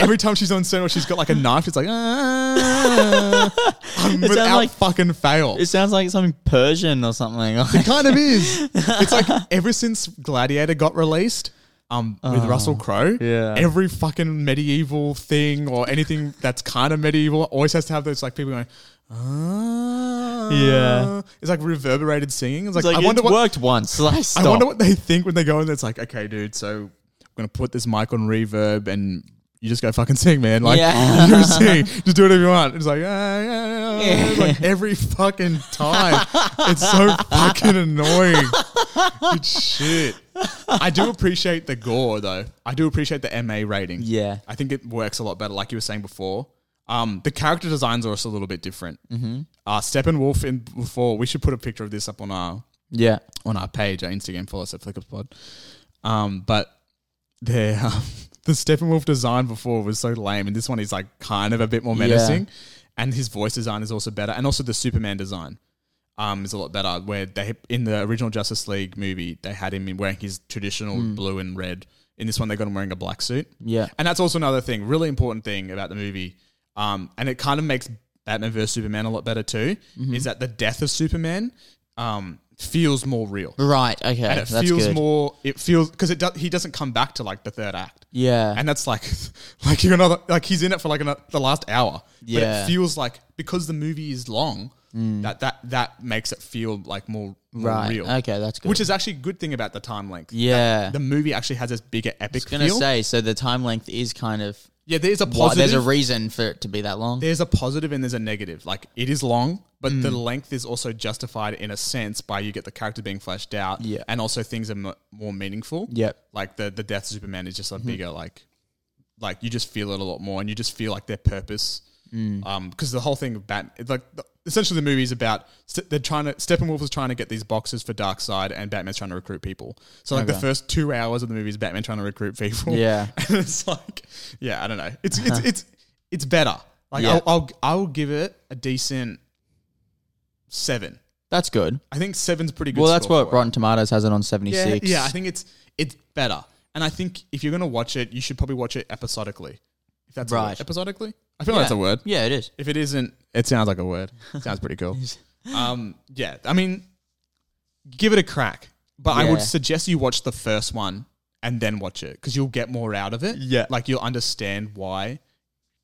Every time she's on scene or she's got like a knife, it's like um, It sounds without like- fucking fail. it sounds like something Persian or something. It kind of is. It's like ever since Gladiator got released, um, with Russell Crowe, Uh-huh. yeah. every fucking medieval thing or anything that's kind of medieval always has to have those like people going, ah, Yeah. It's like reverberated singing. It's like, It's like I wonder it's what worked once. Like, I stop. wonder what they think when they go in. It's like, okay, dude, so I'm gonna put this mic on reverb and. You just go fucking sing, man. Like Yeah. you sing, just do whatever you want. It's like, ah, yeah, yeah, yeah. It's like every fucking time. It's so fucking annoying. It's shit. I do appreciate the gore though. I do appreciate the MA rating. Yeah. I think it works a lot better, like you were saying before. Um, the character designs are also a little bit different. Mm-hmm. Uh, Steppenwolf in before, we should put a picture of this up on our Yeah. on our page, our Instagram, follow us at FlickerPod. Um, but the um, the Steppenwolf design before was so lame, and this one is like kind of a bit more Yeah. menacing, and his voice design is also better, and also the Superman design. Um, is a lot better. Where they in the original Justice League movie, they had him in wearing his traditional blue and red. In this one, they got him wearing a black suit. Yeah. And that's also another thing, really important thing about the movie. Um, and it kind of makes Batman vs Superman a lot better too. Mm-hmm. Is that the death of Superman um, feels more real? Right. Okay. And it That's feels good. more. It feels because it do, he doesn't come back to like the third act, yeah. and that's like like you're another like he's in it for like another, the last hour. Yeah. Mm. But it feels like because the movie is long, that that that makes it feel like more, more right. real. Okay. That's good. Which is actually a good thing about the time length. that Yeah. the movie actually has this bigger epic I was gonna feel. say. So the time length is kind of. yeah, there's a Why, positive. there's a reason for it to be that long. Mm. there's a positive and there's a negative. Like it is long, but the length is also justified in a sense by you get the character being fleshed out, Yeah. and also things are m- more meaningful. Yep. Mm-hmm. like the the death of Superman is just a bigger like, like you just feel it a lot more, and you just feel like their purpose. Mm. Um, because the whole thing of Bat, it's like the, essentially the movie is about st- they're trying to Steppenwolf is trying to get these boxes for Darkseid, and Batman's trying to recruit people. So like the Okay. first two hours of the movie is Batman trying to recruit people. Yeah. and it's like, yeah, I don't know. It's it's it's it's better. Uh-huh. Like Yeah. I'll, I'll I'll give it a decent seven. That's good. I think seven's pretty good. Well, that's score what for it. Rotten Tomatoes has it on seventy Yeah, six. yeah. I think it's it's better. And I think if you're going to watch it, you should probably watch it episodically. If that's right. Right. Episodically? I feel like that's a word. Yeah, it is. If it isn't, it sounds like a word. sounds pretty cool. Um, yeah, I mean, give it a crack. But I would Yeah. suggest you watch the first one and then watch it because you'll get more out of it. Yeah. like you'll understand why,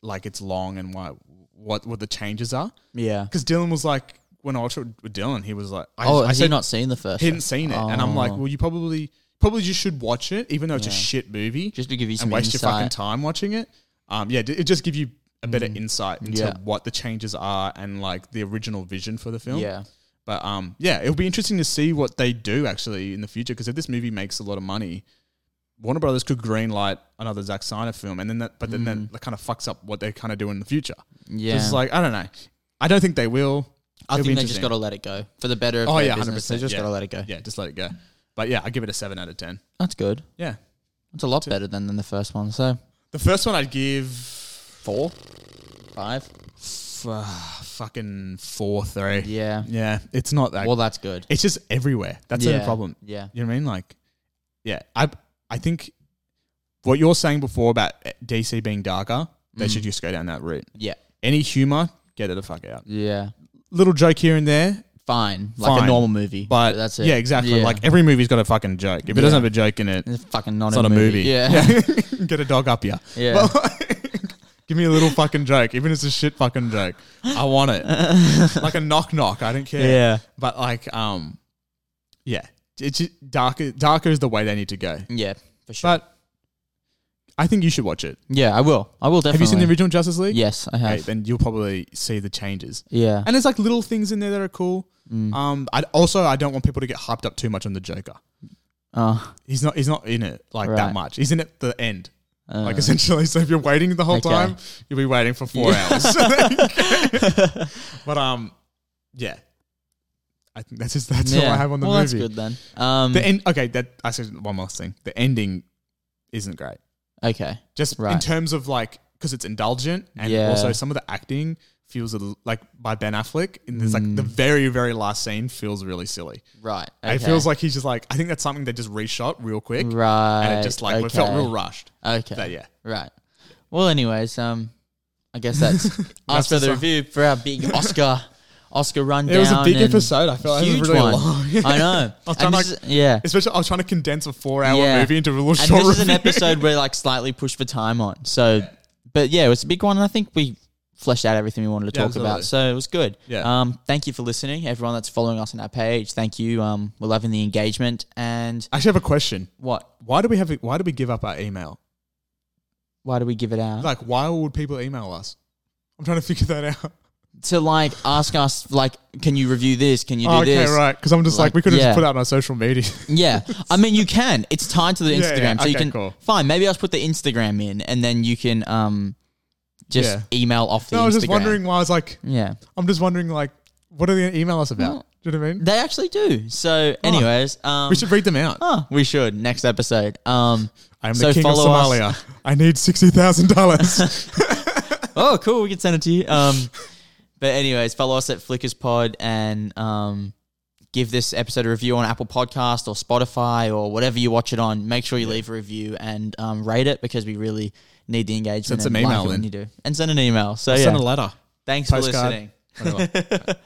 like it's long and why what what the changes are. Yeah. Because Dylan was like, when I watched it with Dylan, he was like, I, Oh, I has said, he not seen the first? he one? hadn't seen it, and I'm like, Oh. well, you probably probably just should watch it, even though it's a Yeah. shit movie just to give you some and waste your fucking insight. Mm. time watching it. Um, yeah, d- it just give you a better insight into Yeah. what the changes are and like the original vision for the film. Yeah. But um, yeah, it'll be interesting to see what they do actually in the future because if this movie makes a lot of money, Warner Brothers could greenlight another Zack Snyder film, and then that, but then that, that kind of fucks up what they kind of do in the future. Mm. Yeah. It's like I don't know. I don't think they will. I It'll be think they just interesting. got to let it go for the better of Oh, their yeah, business. They 100%, just yeah. got to let it go. yeah, just let it go. But yeah, I give it a seven out of ten. That's good. Yeah, That's a lot better than, than the first one. So the first one I'd give four, five. f- uh, fucking four three. Yeah. Yeah, it's not that. Well, that's good. it's just everywhere. That's yeah. the problem. Yeah. You know what I mean? Like, yeah, I I think what you're saying before about DC being darker, they Mm. should just go down that route. Yeah. Any humor, get it the fuck out. Yeah. Little joke here and there, Fine. Like Fine. a normal movie. but that's it. Yeah, exactly. Yeah. Like every movie's got a fucking joke. If it Yeah. doesn't have a joke in it, It's fucking not, it's not a movie. Yeah. get a dog up here. Yeah. But, like, give me a little fucking joke, even if it's a shit fucking joke. I want it. like a knock knock. I don't care. Yeah. But like, um, yeah, it's just darker. Darker is the way they need to go. Yeah, for sure. But I think you should watch it. yeah, I will. I will Have definitely. you seen the original Justice League? Yes, I Okay, have. then you'll probably see the changes. yeah. And there's like little things in there that are cool. Mm. Um, I also I don't want people to get hyped up too much on the Joker. Oh, He's not he's not in it like that Right. much. He's in it the end. uh, Like essentially, so if you're waiting the whole Okay. time, you'll be waiting for four hours. but um, yeah, I think that's just, that's all I have on the well, movie. that's good then. Um, The end. Okay, that I said one last thing. The ending isn't great. okay. Just in Right. terms of like because it's indulgent and Yeah. also some of the acting feels a l- like by Ben Affleck and there's like the Mm. very very last scene feels really silly. Right. It feels like he's just like I think that's something they just reshot real quick right. and it just like okay. it felt real rushed. Okay. But yeah. Right. Well, anyways, um, I guess that's us That's for the the song. review for our big Oscar Oscar rundown. It was a big and episode. I felt like it was Huge really one. long. I know. I And was trying to, this like- is- yeah. Especially I was trying to condense a four hour Yeah. movie into a little and short. this is an review. episode we're like slightly pushed for time on. So, but yeah, it was a big one, and I think we fleshed out everything we wanted to Yeah, talk about. absolutely. So it was good. Yeah. Um, thank you for listening, everyone that's following us on our page. Thank you. Um, we're loving the engagement and I actually have a question. what? Why do we have? Why do we give up our email? Why do we give it out Like, why would people email us? I'm trying to figure that out. to like ask us like, can you review this? Can you do Oh, okay, this? right. Because I'm just like, Like, we could have yeah. just put it out on our social media. Yeah, I mean you can. It's tied to the Yeah, Instagram, yeah, so you okay, can. cool. Fine, maybe I'll just put the Instagram in, and then you can um, just Yeah. email off the. no, I was Instagram. just wondering why. I was like, Yeah. I'm just wondering, like, what are they going to email us about? Well, do you know what I mean? They actually do. So, anyways, um, we should read them out. Oh, we should next episode. Um, I am so the king of follow us- Somalia. I need sixty thousand dollars. oh, cool. We can send it to you. Um, but anyways, follow us at Flickers Pod and um, give this episode a review on Apple Podcast or Spotify or whatever you watch it on. Make sure you leave a review and um, rate it because we really need the engagement. Send some and email like it when in. you do, and send an email. So Oh, yeah, Send a letter. thanks for postcard. listening. Whatever.